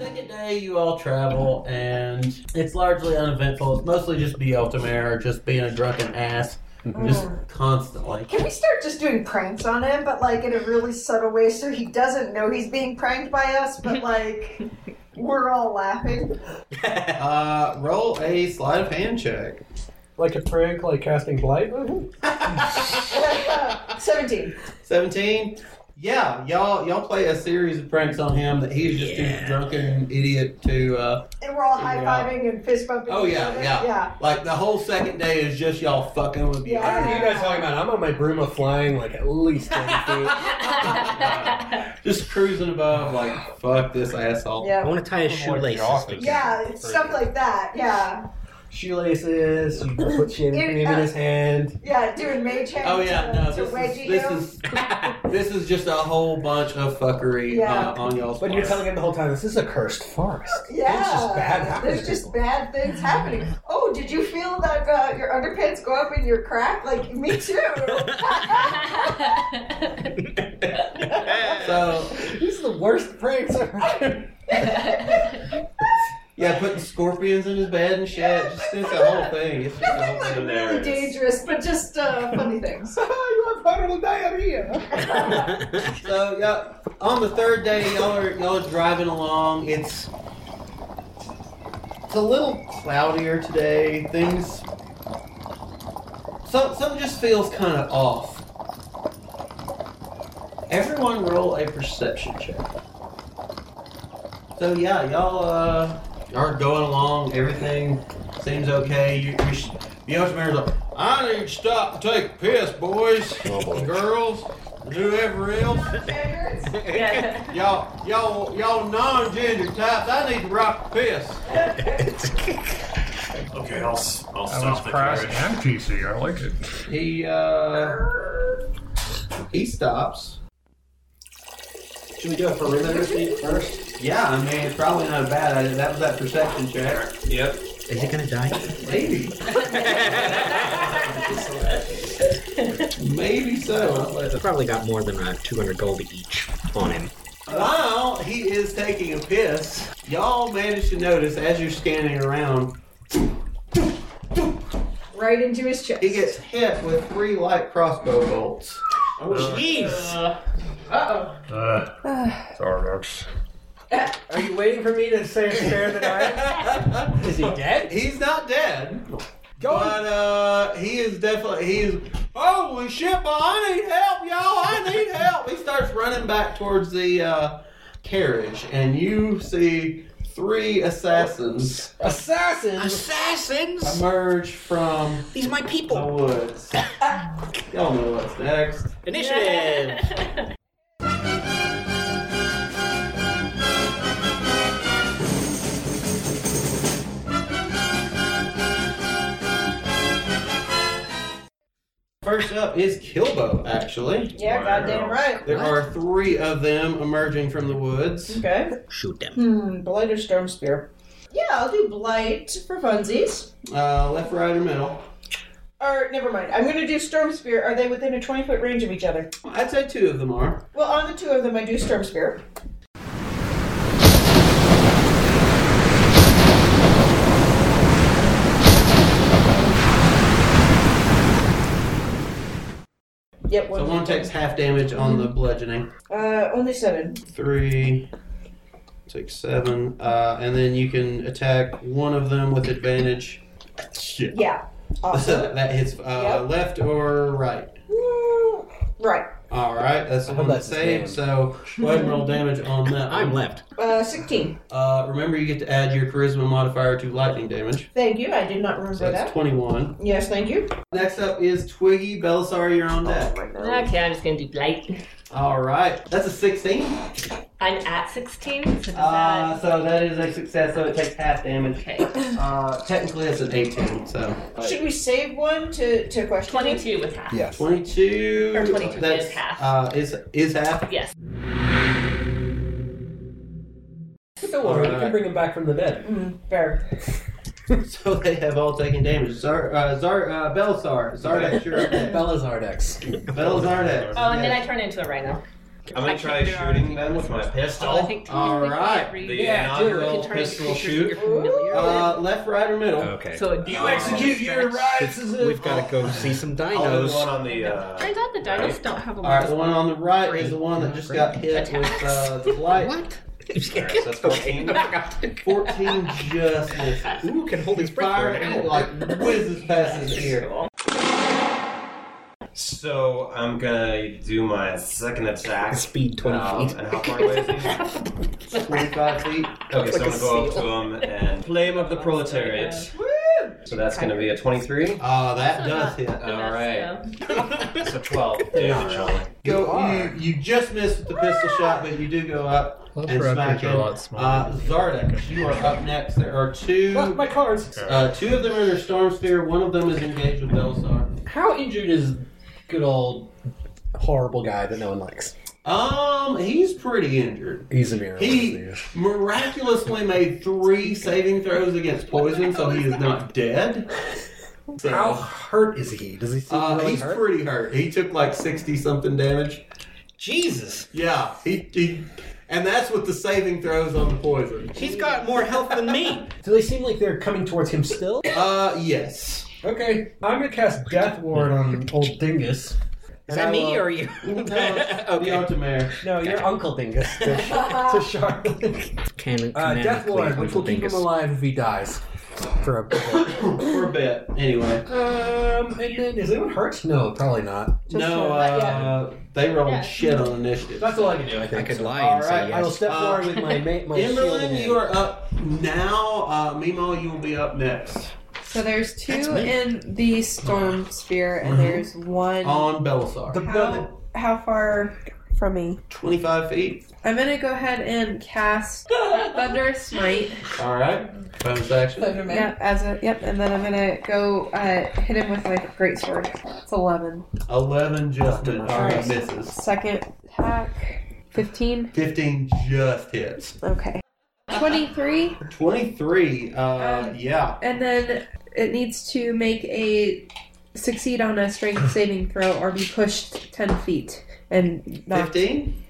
S9: Second day, you all travel, and it's largely uneventful. It's mostly just Beeltamere, just being a drunken ass, Just constantly.
S5: Mm-hmm. Can we start just doing pranks on him, but like in a really subtle way, so he doesn't know he's being pranked by us, but like we're all laughing?
S9: Uh, roll a sleight of hand check.
S1: Like a prank, like casting blight.
S5: Seventeen.
S9: Seventeen. Yeah, y'all y'all play a series of pranks on him that he's just too drunken idiot to. Uh,
S5: And we're all high fiving and fist bumping.
S9: oh
S5: each
S9: yeah,
S5: other.
S9: yeah, Like the whole second day is just y'all fucking with me.
S5: Yeah. What are you guys
S9: talking about? I'm on my broom of flying like at least ten feet, just cruising above. Like fuck this asshole.
S5: Yeah. I wanna
S9: tie his
S1: Oh
S5: shoelace Yeah. Yeah, it's stuff like that. Yeah.
S1: Shoelaces. You put shaving
S5: It-
S1: cream in his hand.
S5: Yeah, doing mage hand
S9: Oh yeah,
S5: to,
S9: no.
S5: to
S9: This
S5: wedgie
S9: is this
S5: you.
S9: is this is just a whole bunch of fuckery
S5: Yeah.
S9: uh, on y'all's.
S1: But you're telling him the whole time this is a cursed forest. It's just bad
S5: Yeah,
S1: happening.
S5: there's just bad things happening. Oh, did you feel that uh, your underpants go up in your crack? Like me too.
S9: So
S1: these are the worst pranks ever.
S9: yeah, putting scorpions in his bed and shit. Just it's a whole thing. It's just a whole thing.
S5: really dangerous, but just uh, funny things.
S1: you have viral diarrhea.
S9: So yeah, on the third day, y'all are y'all are driving along. It's it's a little cloudier today. Things some something just feels kind of off. Everyone roll a perception check. So yeah, y'all uh, are going along. Everything seems okay. You you, sh- you know, mayor's like, I need to stop and take a piss, boys, girls, and whoever else. Y'all, y'all, y'all non-gender types. I need to rock the piss.
S18: Okay, I'll, I'll
S9: stop
S18: stop
S9: the
S18: the crash
S9: carriage.
S18: and PC. I like it.
S9: He uh, he stops.
S1: Should we do a perimeter sweep first?
S9: Yeah, I mean it's probably not a bad. idea. That was that perception check. Yep.
S11: Is he gonna die?
S9: Maybe. Maybe so.
S11: I probably got more than uh, 200 gold each on him.
S9: While he is taking a piss, y'all manage to notice as you're scanning around,
S5: right into his chest.
S9: he gets hit with three light crossbow bolts.
S5: Oh, jeez. Uh
S18: Uh,
S5: oh.
S18: sorry, Rex.
S1: Are you waiting for me to say it's fair that I am?
S9: Is he dead? He's not dead. But uh, he is definitely he is. Holy shit! But I need help, y'all. I need help. He starts running back towards the uh, carriage, and you see three assassins
S1: Assassins.
S6: Assassins.
S9: emerge from
S6: These my people.
S9: the woods. y'all know what's next.
S6: Initiative.
S9: First up is Kilbo, actually.
S5: Yeah, goddamn right.
S9: There are three of them emerging from the woods.
S5: Okay.
S9: Shoot them.
S5: Hmm, blight or storm spear? Yeah, I'll do blight for funsies.
S9: Uh, left, right, or middle.
S5: Or never mind. I'm gonna do storm spear. Are they within a 20 foot range of each other?
S9: I'd say two of them are.
S5: Well, on the two of them, I do storm spear. Yep.
S9: So one takes half damage on the bludgeoning.
S5: Uh, only seven.
S9: Three, six, seven, uh, and then you can attack one of them with advantage. Shit.
S5: Yeah. Awesome.
S9: that hits uh,
S5: Yep.
S9: left or right.
S5: right.
S9: All right, that's the one that saved. So go ahead and roll damage on that. I'm left.
S5: Uh, 16.
S9: Uh, remember, you get to add your charisma modifier to lightning damage.
S5: Thank you. I did not remember
S9: So that's
S5: that.
S9: twenty-one.
S5: Yes, thank you.
S9: Next up is Twiggy Belisar. You're on
S5: Oh
S9: deck.
S16: Okay, I'm just gonna do blight.
S9: All right, that's a sixteen.
S16: I'm at 16, so does
S9: Uh, so that is a success. So it takes half damage. Uh, technically, it's an eighteen. So
S5: Should we save one to, to question
S16: 22 with half.
S9: yeah, twenty-two.
S16: Or 22 is
S9: that's,
S16: half.
S9: Uh, is is half.
S16: that. Yes.
S1: Don't worry, we
S9: Alright.
S1: can bring him back from the dead.
S5: Fair.
S9: so they have all taken damage. Zar, uh, Zar, uh, Belisar, Zardex, you're up next.
S1: Bella Zardex.
S9: Belisardex.
S16: Oh, and then I turn into a rhino.
S14: I'm gonna try shooting them with my pistol.
S9: I think two All is pretty right. great.
S14: the
S9: Yeah, do it. You
S14: inaugural
S9: can try to
S14: pistol
S9: get
S14: shoot.
S9: Uh, left, right, or middle.
S14: Okay. So it'd be
S9: you
S14: all
S9: execute your rights.
S14: We've- we've gotta
S9: go see some
S14: dinos.
S9: one on the. Uh,
S16: Turns out the dinos
S9: right.
S16: don't have a
S9: All right, the one on the right is the one that just got hit with uh, the light. what? that's 14. 14 just misses. Ooh, can hold his breath Fire, and it like whizzes past his ear.
S14: So I'm gonna do my second attack. Speed 20
S9: Oh,
S14: feet. Um, And how far away is he?
S9: 25 feet.
S14: Okay, so
S9: Like
S14: I'm
S9: a
S14: gonna go up
S9: seal.
S14: to him and flame of the proletariat. So that's gonna be a 23.
S9: Oh, that does hit.
S14: All right. So 12 damage on it.
S9: Go you, you just missed with the pistol shot, but you do go up and
S14: for
S9: smack
S14: upgrades are
S9: him.
S14: a lot
S9: Uh, Zardex, you are up next. There are two. my
S1: cards.
S9: Uh, two of them are in their storm sphere. One of them is engaged with Belisar.
S1: How injured is good old horrible guy that no one likes?
S9: Um, he's pretty injured.
S1: He's a mirror.
S9: He miraculously made three saving throws against poison, so he is not dead. How hurt is he? Does he seem uh, He's pretty hurt. He took like sixty something damage. Jesus. Yeah. He, he and that's with the saving throws on the poison.
S15: He's got more health than me.
S1: Do they seem like they're coming towards him still?
S9: Uh, yes.
S1: Okay, I'm gonna cast Death Ward on old Dingus. Is
S11: Is that me or you?
S9: okay. You're to mayor.
S1: No, your Uncle Dingus. It's a shark.
S11: Can,
S1: Uh, Death Ward, which will keep him alive if he dies. For a
S9: For a bit, anyway.
S1: Um, and then is anyone hurt? No, probably not.
S9: no, uh, they rolled shit on initiative.
S1: That's all I can do. I think.
S9: could
S1: lie
S9: All
S1: and say yes. I will step forward with my ma- my shield in
S9: Emberlyn,
S1: hand.
S9: you are up now. Uh, Mimo, you will be up next
S4: So there's two
S9: me.
S4: in the storm sphere, and
S9: Mhm.
S4: there's one.
S9: on Belisar.
S4: how, how far from me?
S9: Twenty-five feet.
S4: I'm gonna go ahead and cast Thunder Smite.
S9: All right. Bonus action.
S4: Yep, as a yep, and then I'm gonna go uh, hit him with my greatsword. It's eleven.
S9: Eleven just hit. All right, misses.
S4: Second attack, fifteen.
S9: Fifteen just hits.
S4: Okay, twenty-three, Um,
S9: Twenty-three. Uh, yeah.
S4: and then it needs to make a succeed on a strength saving throw or be pushed ten feet and knocked.
S9: Fifteen.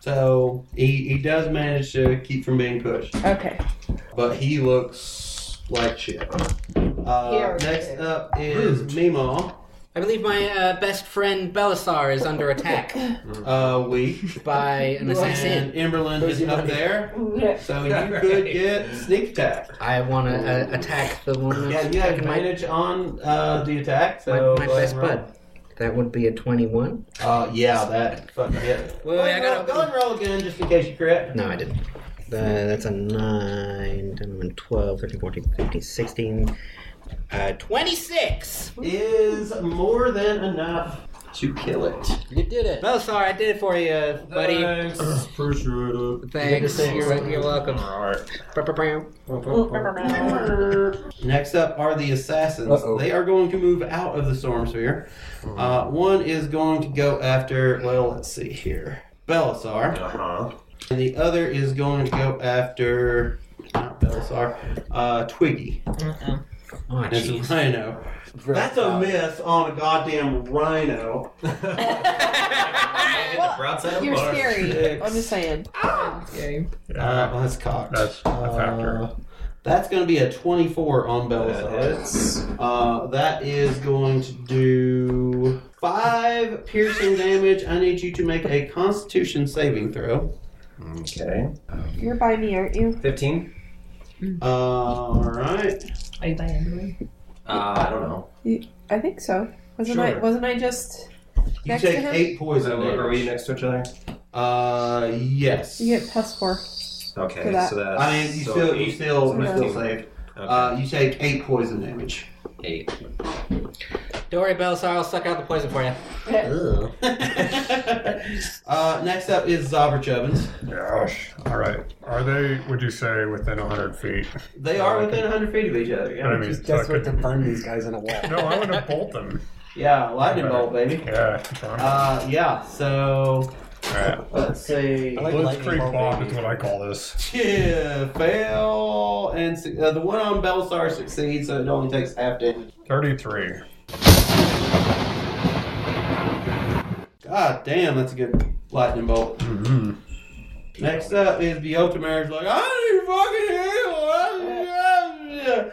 S9: So he he does manage to keep from being pushed,
S4: Okay.
S9: but he looks like shit. Uh,
S4: Here.
S9: next up is Mimo.
S6: I believe my uh, best friend Belisar is under attack
S9: Uh, weak
S6: by an assassin.
S9: and Emberlyn is up there, so you could get sneak attack.
S6: I want to uh, attack the one.
S9: Yeah,
S6: that's
S9: you have
S6: attacking my-
S9: advantage on uh, the attack. So uh,
S6: my, my
S9: go ahead
S6: best
S9: and roll.
S6: bud. That would be a twenty-one.
S9: Uh, yeah, that fucking hit. Wait, I gotta go and roll again just in case you crit.
S6: No, I didn't. Uh, that's a 9, 10, 11, 12, 13, 14, 15, 16, uh, 26!
S9: Is more than enough to kill it. Uh,
S6: You did it. No, Oh, sorry, I did it for you, buddy. Thanks.
S14: Appreciate it.
S6: Thanks. You're, you're welcome.
S9: Next up are the assassins.
S1: Uh-oh.
S9: They are going to move out of the storm sphere. Uh, one is going to go after, well, let's see here, Belisar.
S14: Uh-huh.
S9: And the other is going to go after, not Belisar, uh, Twiggy.
S6: Oh,
S9: it's a rhino. That's a miss on a goddamn rhino.
S14: broadside Ah.
S4: You're scary.
S9: Six.
S4: I'm just saying. Okay.
S9: Uh, well, that's cocked. That's a factor. that's going to be a 24 on Belisar. Uh, that is going to do five piercing damage. I need you to make a Constitution saving throw.
S14: Okay.
S4: You're by me, aren't you?
S14: 15.
S9: Uh, all right.
S4: Are you by Emberlyn?
S14: Uh, I don't know.
S4: I think so. Wasn't I?
S14: Sure.
S4: Wasn't I just
S9: You
S4: next to
S9: take
S4: him?
S9: eight poison.
S14: So,
S9: damage.
S14: are we next to each other?
S9: Uh, yes.
S4: You get plus four.
S14: Okay,
S4: For that.
S14: so that's.
S9: I mean, you
S14: so
S9: still, you
S14: eight.
S9: still, you
S14: So
S9: still
S14: 15.
S9: saved. Uh, you take eight poison damage.
S6: Eight. Don't worry, Belisar, I'll suck out the poison for you.
S9: Ugh. uh, next up is Zobrachubbins.
S18: Gosh. All right. Are they? Would you say within hundred feet?
S9: They are
S14: Oh,
S9: within 100 feet of each other. Yeah.
S18: I mean,
S1: Just
S18: so I
S1: desperate to burn these guys in a wall.
S18: No, I want to bolt them.
S9: Yeah, lightning bolt, baby.
S18: Yeah.
S9: Uh, yeah. So let's see.
S18: Blitzkrieg bomb is what I call this.
S9: Yeah, fail, and su- uh, the one on Belsar succeeds, so it only takes half damage.
S18: Thirty-three.
S9: God damn, that's a good lightning bolt. Mm-hmm. Next up is Beotamar's like, I need fucking heal.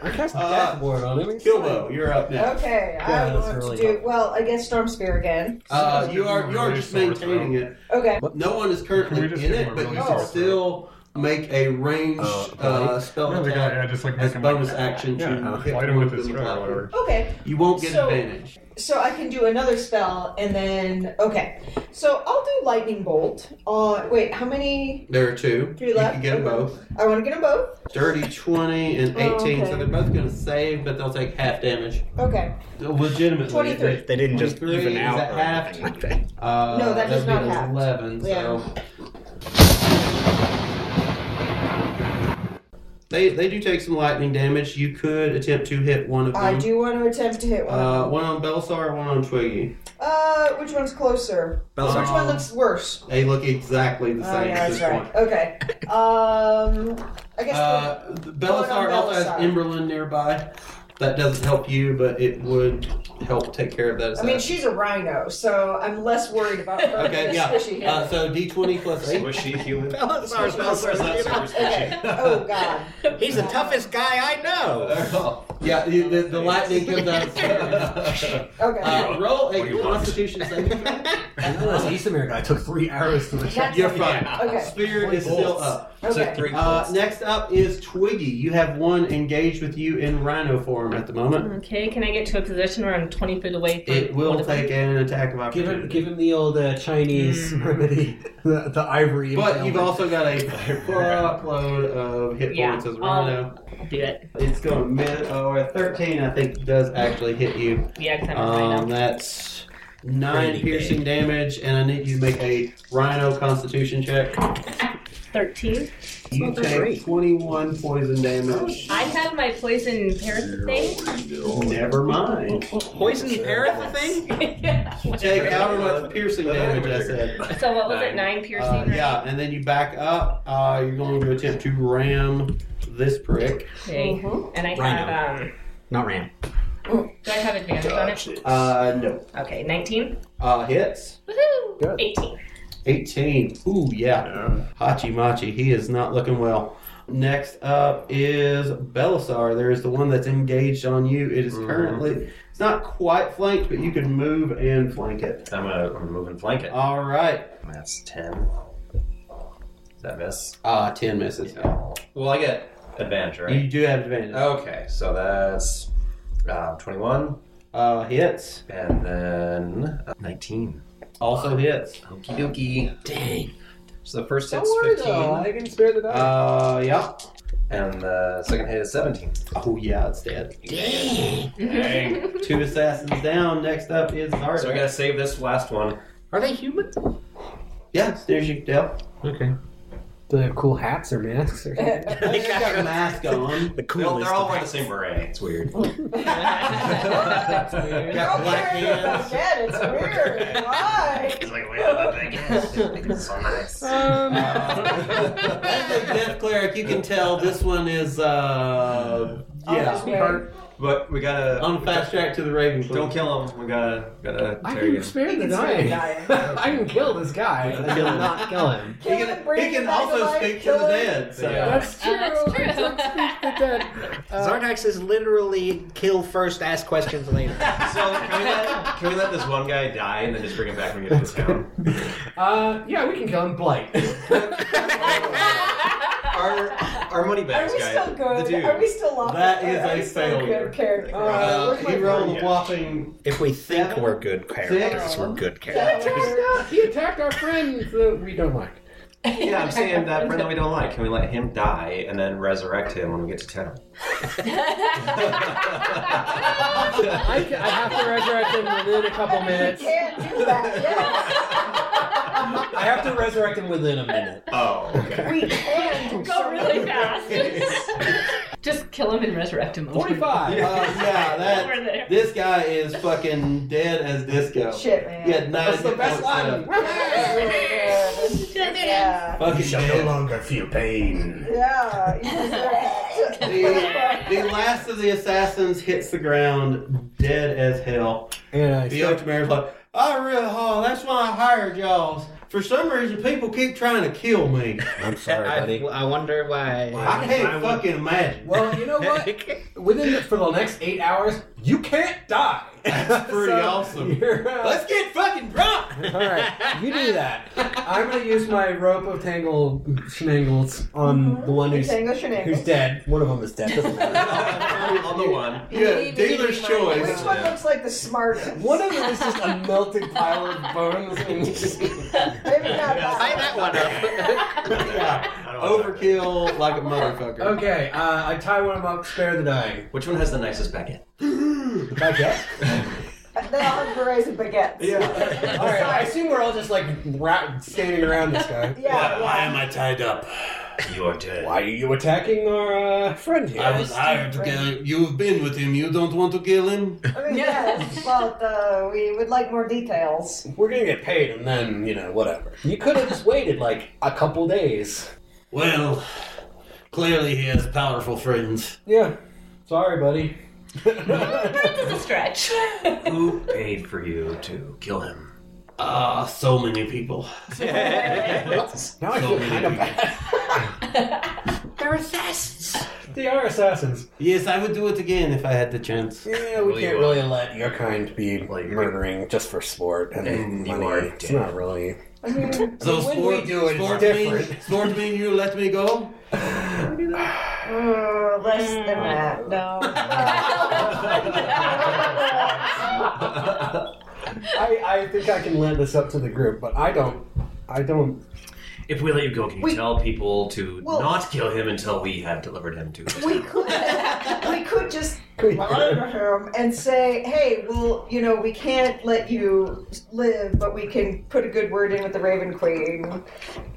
S9: I
S1: cast a death ward on him.
S9: Uh, Kilbo, you're up next.
S5: Okay, I
S9: Yeah, that's
S5: want
S9: really
S5: to do well. I guess storm spear again.
S9: Uh, you are you are just maintaining it.
S5: Okay.
S9: No one is currently in it, but you can still make a range uh, spell
S18: No, they
S9: attack
S18: gotta- yeah, just, like,
S9: as
S18: make 'em, like,
S9: bonus action to
S18: yeah,
S9: hit
S18: light 'em with
S9: one
S18: his
S9: of them
S18: spear or whatever.
S5: Okay.
S9: You won't get
S5: So-
S9: advantage.
S5: So I can do another spell and then okay. So I'll do lightning bolt. Uh, wait, how many?
S9: There are two.
S5: Three
S9: you
S5: left?
S9: can get them
S5: Okay.
S9: both.
S5: I want to get them both.
S9: Dirty 20 and 18,
S5: Oh, okay.
S9: so they're both going to save, but they'll take half damage.
S5: Okay.
S9: Legitimately.
S5: 23. They
S9: didn't
S5: just even
S9: is
S5: out
S9: That
S5: or
S9: half? Uh,
S5: No, that does
S9: that'd be
S5: not half.
S9: 11,
S5: Yeah.
S9: so. They, they do take some lightning damage. You could attempt to hit one of them.
S5: I do want to attempt to hit one.
S9: Uh, one on Belsar, one on Twiggy.
S5: Uh, which one's closer?
S9: Belsar.
S5: Which one looks worse?
S9: They look exactly the same
S5: oh, yeah,
S9: at
S5: that's
S9: this
S5: right.
S9: point.
S5: Okay. Um, I guess.
S9: Uh, the
S5: one on
S9: Belisar also has
S5: Belisar.
S9: Emberlyn nearby. That doesn't help you, but it would help take care of that.
S5: I mean,
S9: assassin.
S5: she's a rhino, so I'm less worried about her.
S9: Okay,
S5: than squishy head.
S9: yeah. Uh, so D20 plus 8.
S14: Squishy human.
S5: Belisar's
S9: Okay.
S5: Oh God.
S6: He's the toughest guy I know.
S9: Yeah, the, the, the lightning comes out. okay. Uh, roll a Constitution saving throw.
S1: This Isomir guy took three arrows to the chest.
S9: You're fine. Spirit
S1: Three
S9: is
S1: bolts.
S9: still up.
S1: Okay. Three
S9: Uh,
S1: bolts.
S9: next up is Twiggy. You have one engaged with you in Rhino form at the moment.
S16: Okay, can I get to a position where I'm 20 feet away from
S9: It
S16: one
S9: will
S16: of them?
S9: take an attack of
S1: Give him,
S9: opportunity.
S1: give him the old uh, Chinese
S11: Mm.
S1: remedy, the, the ivory.
S9: But
S1: impalement.
S9: you've also got a fuckload of hit
S16: Yeah,
S9: points as
S16: I'll
S9: Rhino.
S16: do it.
S9: It's going to miss, or 13, I think, does actually hit you.
S16: Yeah, 'cause I'm a
S9: Um,
S16: rhino.
S9: that's nine
S16: Pretty
S9: piercing damage, and I need you to make a Rhino Constitution check.
S16: 13.
S9: You
S16: That's
S9: take
S16: great.
S9: 21 poison damage.
S16: I have my poison parasite thing.
S9: Never mind.
S6: Poison parrot thing?
S9: You take however much piercing damage I said.
S16: So what was it? Nine piercing,
S9: Uh,
S16: right?
S9: yeah, and then you back up. Uh, you're going to attempt to ram this prick.
S16: Okay. Mm-hmm. And I have, um,
S9: Not ram.
S16: do I have advantage on it?
S9: Uh, no.
S16: Okay, 19.
S9: Uh, hits.
S16: Woohoo!
S9: Good.
S16: 18.
S9: 18. Ooh, yeah. Hachi Machi, he is not looking well. Next up is Belisar. There is the one that's engaged on you. It is
S14: Mm-hmm.
S9: currently, it's not quite flanked, but you can move and flank it.
S14: I'm gonna, I'm gonna move and flank it.
S9: All right.
S14: That's 10. Does that miss?
S9: Ah, 10 misses.
S14: Well, I get advantage, right?
S9: You do have advantage.
S14: Okay, so that's uh, 21.
S9: Uh, hits.
S14: And then uh, 19.
S9: Also hits.
S14: Okie dokie. Dang. So the first
S1: Don't
S14: hit's
S1: worry
S14: 15.
S1: though, I can spare the die.
S9: Uh, yeah.
S14: And the second hit is 17.
S9: Oh, yeah, it's dead.
S14: Dang.
S9: Two assassins down. Next up is Zardak.
S14: So we gotta save this last one.
S6: Are they human?
S9: Yeah, there's you can tell.
S1: Okay. Do they have cool hats or masks? Or
S9: they got a mask on.
S14: The coolest they're, they're all wearing the same beret. It's weird.
S9: Got black hands.
S5: Dad, it's weird. Why?
S14: He's like, wait, that thing is so nice.
S9: As a death cleric, you can tell this one is, uh,
S14: Off his way.
S9: yeah.
S14: But we gotta
S9: On fast track to the Raven. Queen.
S14: Don't kill him. We gotta gotta
S1: I
S14: interrogate
S1: can
S14: him.
S1: spare the
S9: can spare the
S1: die. I can kill this guy. I cannot kill him.
S9: He can, he can also speak to the dead. So.
S1: That's true.
S6: Oh, That's true. Zardax is literally kill first, ask questions later.
S14: So can we, let, can we let this one guy die and then just bring him back when we get to this town?
S1: Uh, yeah, we can kill him. Blight.
S14: Our our money bags
S5: Are we
S14: guy.
S5: still good?
S14: The dude.
S5: Are we still locked?
S9: That is
S5: Are
S9: a
S5: we still
S9: failure.
S5: Good character.
S9: Uh,
S5: Where's my
S9: he rolled
S5: friend?
S9: a whopping.
S6: If we think we're good characters, we're good
S1: He
S6: characters.
S1: attacked, us. he attacked our friend that we don't like.
S14: Yeah, I'm saying that friend that we don't like. Can we let him die and then resurrect him when we get to town?
S1: I, ca- I have to resurrect him within a couple minutes.
S5: Can't do that.
S1: I have to resurrect him within a minute.
S14: Oh,
S5: Yeah. We can
S16: Go really fast. Just kill him and resurrect him.
S1: 45.
S9: Uh, yeah,
S16: Over there.
S9: that, this guy is fucking dead as disco.
S5: Shit, man.
S9: He had nine
S1: That's the
S9: hit
S1: best
S9: points
S1: line.
S9: left.
S5: Yeah.
S9: Fucking dead.
S18: longer feel pain.
S5: Yeah.
S9: The last of the assassins hits the ground dead as hell.
S1: And I
S9: The Ultimate's like, I really, oh, that's when I hired y'all. For some reason, people keep trying to kill me.
S15: I'm sorry, buddy. I, wonder why.
S9: I can't fucking imagine.
S11: Well, you know what? Within the, for the next eight hours, you can't die. uh, That's
S9: pretty awesome. Let's get fucking drunk.
S1: All right, you do that. I'm gonna use my rope of tangle shenangles on the one who's
S5: Tangle shenangles.
S1: who's dead. One of them is dead. Doesn't matter.
S9: on the one.
S1: Yeah, dealer's
S5: Which one looks like the smartest?
S1: One of them is just a melted pile of bones and just
S5: that
S9: one Overkill like a motherfucker.
S1: Okay, uh, I tie one of them up, spare the dying.
S14: Which one has the nicest baguette?
S1: baguette?
S5: They all have berets and baguettes.
S1: Yeah. all right, I assume we're all just like ra- standing around this guy.
S5: Yeah.
S18: Why am I tied up?
S9: You are dead.
S1: Why are you attacking our uh, friend here?
S9: I was hired to kill. You've been with him. You don't want to kill him.
S5: I mean, yes, but uh, we would like more details.
S1: We're gonna get paid, and then you know whatever. You could have just waited like a couple days.
S9: Well, clearly he has powerful friends.
S1: Yeah. Sorry, buddy.
S16: It's a stretch.
S14: Who paid for you to kill him?
S9: Ah, so many people.
S1: now I feel kind of bad.
S9: They're assassins.
S1: They are assassins.
S9: Yes, I would do it again if I had the chance.
S1: Yeah, we can't really let your kind be like murdering just for sport and,
S9: And you
S1: money.
S9: are
S1: it's not really.
S5: I mean,
S9: So
S1: when
S9: sport,
S1: we do it,
S9: sport
S1: it's
S9: mean,
S1: different.
S9: sport mean you let me go?
S5: uh, less
S6: Mm.
S5: than that. No.
S1: I, I think I can lend this up to the group, but I don't. I don't.
S14: If we let you go, can you
S5: We-
S14: tell people to
S5: Well-
S14: not kill him until we have delivered him to? his-
S5: we could we could just monitor him and say, hey, well, you know, we can't let you live, but we can put a good word in with the Raven Queen.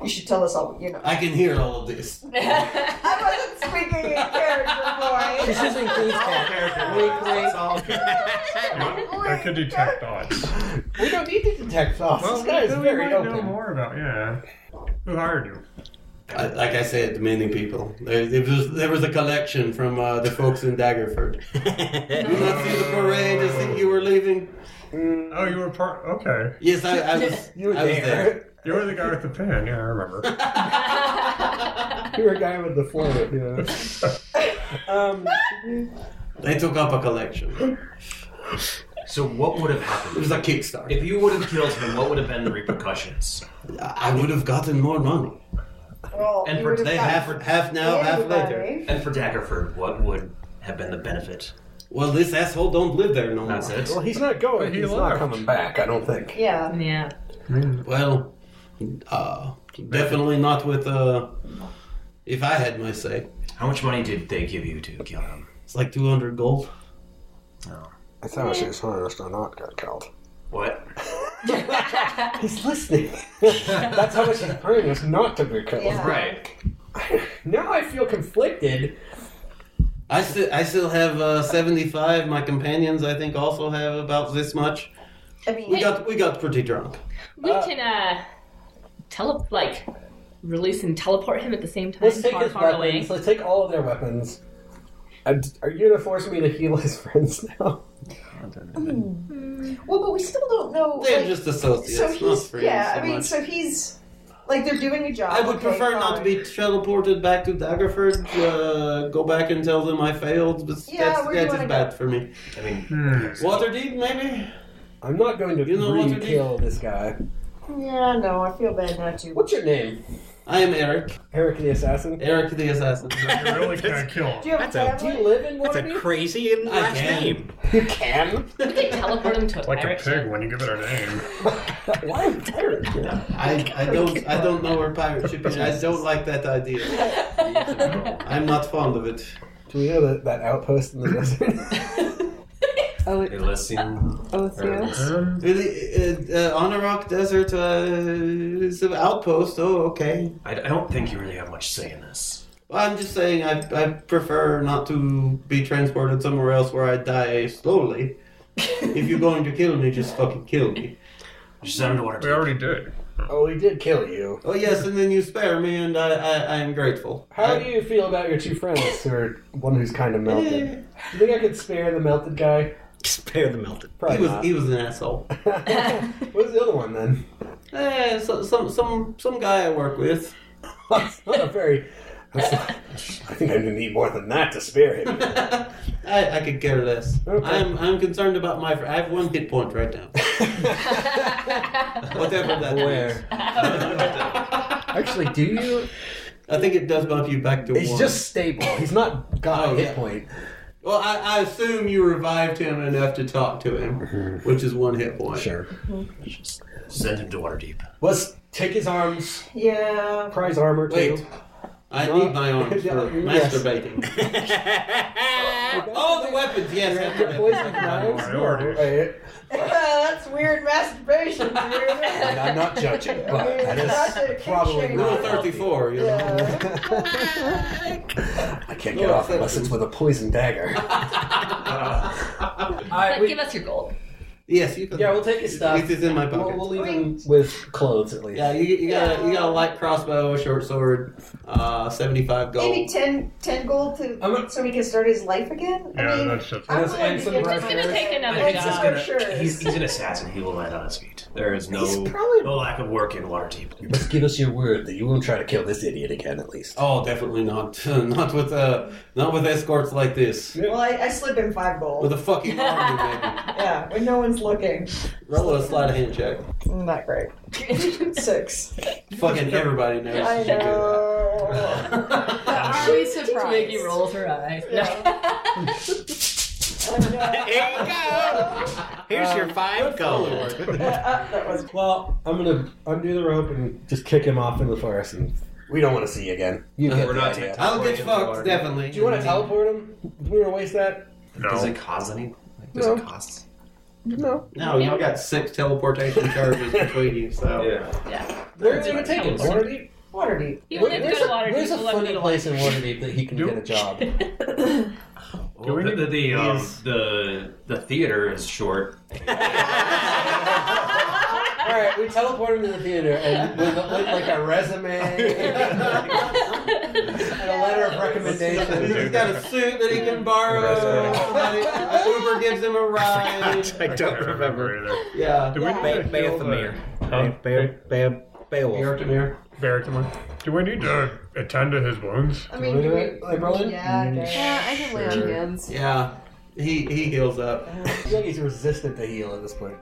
S5: You should tell us all, you know.
S9: I can hear all of this.
S5: I wasn't speaking in character, boy.
S1: This just includes
S18: I could detect odds.
S1: We don't need to detect thoughts.
S18: Well,
S1: this guy is
S18: then we
S1: very
S18: might know
S1: open.
S18: more about yeah. Who hired you?
S9: I, like I said, many people. There, it was, there was a collection from uh, the folks in Daggerford. Did you not see the parade as if you were leaving?
S18: Oh, you were part. Okay.
S9: Yes, I, I was.
S1: You were
S9: I was there.
S18: You were the guy with the pen. Yeah, I remember.
S1: You were a guy with the forward. Yeah. um,
S9: They took up a collection.
S14: So what would have happened?
S9: It was a Kickstarter.
S14: If you would have killed him, what would have been the repercussions?
S9: I would have gotten more money.
S5: Well,
S14: And
S5: you
S14: for
S5: would've
S14: today,
S5: got
S14: half or-
S9: half now, half later.
S5: everybody.
S14: And for Daggerford, what would have been the benefit?
S9: Well, this asshole don't live there no more.
S14: That's it.
S1: well, he's not going.
S18: But he
S1: he's
S18: left.
S1: not coming back. I don't think.
S5: Yeah.
S16: Yeah.
S9: Well, uh, definitely not with. Uh, if I had my say,
S14: How much money did they give you to kill him?
S9: it's like two hundred gold.
S1: I thought I was honest or not got killed.
S14: What?
S1: He's listening. That's how much he's praying us not to be killed.
S5: Yeah.
S14: Right.
S1: Now I feel conflicted.
S9: I still, I still have uh, seventy-five. My companions, I think, also have about this much.
S5: I mean,
S9: We got, we got pretty drunk.
S16: We can uh tele like release and teleport him at the same time
S1: Let's take
S16: far
S1: his
S16: far
S1: weapons.
S16: away.
S1: Let's take all of their weapons. And are you gonna force me to heal his friends now?
S5: well, but we still don't know.
S9: They're
S5: like,
S9: just associates,
S5: so
S9: not
S5: he's,
S9: friends.
S5: yeah,
S9: so
S5: I mean,
S9: much.
S5: so he's like they're doing a job.
S9: I would
S5: okay,
S9: prefer not to
S5: fine.
S9: be teleported back to Daggerford. Uh, go back and tell them I failed, but
S5: Yeah,
S9: that's,
S5: where do you
S9: that
S5: wanna
S9: is bad for me.
S14: I mean,
S9: Waterdeep, maybe.
S1: I'm not going to
S9: You know what to do.
S1: re-kill this guy.
S5: Yeah, no, I feel bad not to.
S1: What's your name?
S9: I am Eric.
S1: Eric the assassin.
S9: Eric the assassin.
S18: You're really gonna kill him.
S5: Do you have
S6: That's
S5: a
S6: a-
S1: Do you
S5: family?
S1: live in
S6: That's a
S1: Waterdeep?
S6: crazy and last
S9: can.
S6: name.
S1: You can.
S16: We can teleport him to a
S18: Like a
S16: pirate
S18: pig
S16: ship.
S18: when you give it a name.
S1: Why is Eric? here?
S9: I, I don't I don't know where pirate ship is. I don't like that idea. I'm not fond of it.
S1: Do we know that, that outpost in the desert?
S19: Oh,
S14: Hey, listen.
S5: Oh,
S19: Othio.
S18: Um,
S9: Really, uh, uh, on a rock desert uh, is an outpost. Oh, okay.
S14: I, I don't think you really have much say in this.
S9: Well, I'm just saying I, I prefer not to be transported somewhere else where I die slowly. if you're going to kill me, just fucking kill me.
S14: Just send him to Waterdeep.
S18: we already did.
S1: Oh, he did kill you.
S9: Oh yes, and then you spare me, and I I, I am grateful.
S1: How
S9: I-
S1: do you feel about your two friends, or one who's kind of melted?
S9: Eh,
S1: You think I could spare the melted guy?
S6: Spare the melted.
S9: He
S1: Probably
S9: was
S1: not.
S9: he was an asshole.
S1: What's the other one then?
S9: Eh, so, some some some guy I work with. that's not a very.
S11: I think I'm gonna need more than that to spare him.
S9: I, I could care less. I'm I'm concerned about my. fr- I have one hit point right now. Whatever that where.
S1: Actually, do you?
S9: I think it does bump you back to
S1: He's
S9: one.
S1: just stable. He's not got a hit
S9: yeah.
S1: point.
S9: Well, I, I assume you revived him enough to talk to him, which is one hit point. Sure.
S11: Send him to Waterdeep.
S1: Let's take his arms.
S5: Yeah.
S1: Prize armor.
S9: Wait.
S1: too.
S9: I need my arms for masturbating. oh, the weapons! Yes, I have
S1: knives. Wait.
S5: That's weird masturbation, dude.
S9: And I'm not judging, but that is
S5: probably
S9: Rule 34. You know?
S1: I can't get off unless it's with a poison dagger.
S16: but give us your gold.
S9: Yes, you can.
S1: Yeah, we'll take his stuff.
S9: It is in my pocket.
S1: We'll, leave him with clothes at least.
S9: Yeah, you, you got a, you got a light crossbow, a short sword, uh, seventy five gold.
S5: Maybe 10, 10 gold to so he can start his life again.
S9: Yeah,
S5: I mean,
S9: that's just-
S5: I'm
S9: That's
S5: willing to
S9: Anson
S5: give
S9: Brusher.
S5: him-
S16: It's gonna take another
S5: Anson
S16: job.
S5: Brusher.
S20: He's, he's an assassin. He will land on his feet. There is no no lack of work in Waterdeep.
S11: You must give us your word that you won't try to kill this idiot again, at least.
S9: Oh, definitely not. not with uh, not with escorts like this.
S5: Well, I, I slip him five gold.
S9: With a fucking army,
S5: yeah, when no one's looking.
S9: Roll a sleight of hand check.
S5: Not great. Six.
S9: Fucking everybody knows.
S5: I
S9: you should do that.
S16: Are we surprised? Twiggy rolls her eyes.
S6: Here you go. Here's your five gold.
S20: uh,
S1: well, I'm gonna undo the rope and just kick him off into the forest. And
S11: We don't want to see you again.
S1: You
S20: Uh,
S1: get
S11: We're
S1: the
S11: not
S1: idea.
S11: teleporting I'll get him to fucked, Waterdeep. definitely.
S1: Do you want to teleport him? Do we want to waste that?
S20: Does it cause any? Like, does
S1: No.
S20: it cost?
S1: No.
S9: No, you got six teleportation charges between you, so.
S16: Yeah.
S1: Where are you gonna take him? Waterdeep.
S5: Waterdeep.
S16: You
S1: Where-
S16: wanted to
S1: where's
S16: go to
S1: a-
S16: Waterdeep,
S1: Where's a
S16: we'll let him go
S1: funny
S16: to
S1: place in Waterdeep that he can get a job?
S20: Well, the, the, the, um, the the theater is short.
S1: All right, we teleport him to the theater and with, with like a resume and a letter of recommendation.
S9: He's got a suit that he can borrow. Somebody- Uber gives him a ride.
S18: I don't remember either.
S9: Yeah.
S18: Do we need to build a- Huh?
S9: Beartamir.
S18: Beartamir. Do we need to attend to his wounds?
S5: I mean, do we- Yeah, I guess.
S4: Yeah, I can lay on hands.
S9: Yeah. He he heals up.
S1: I feel like he's resistant to heal at this point.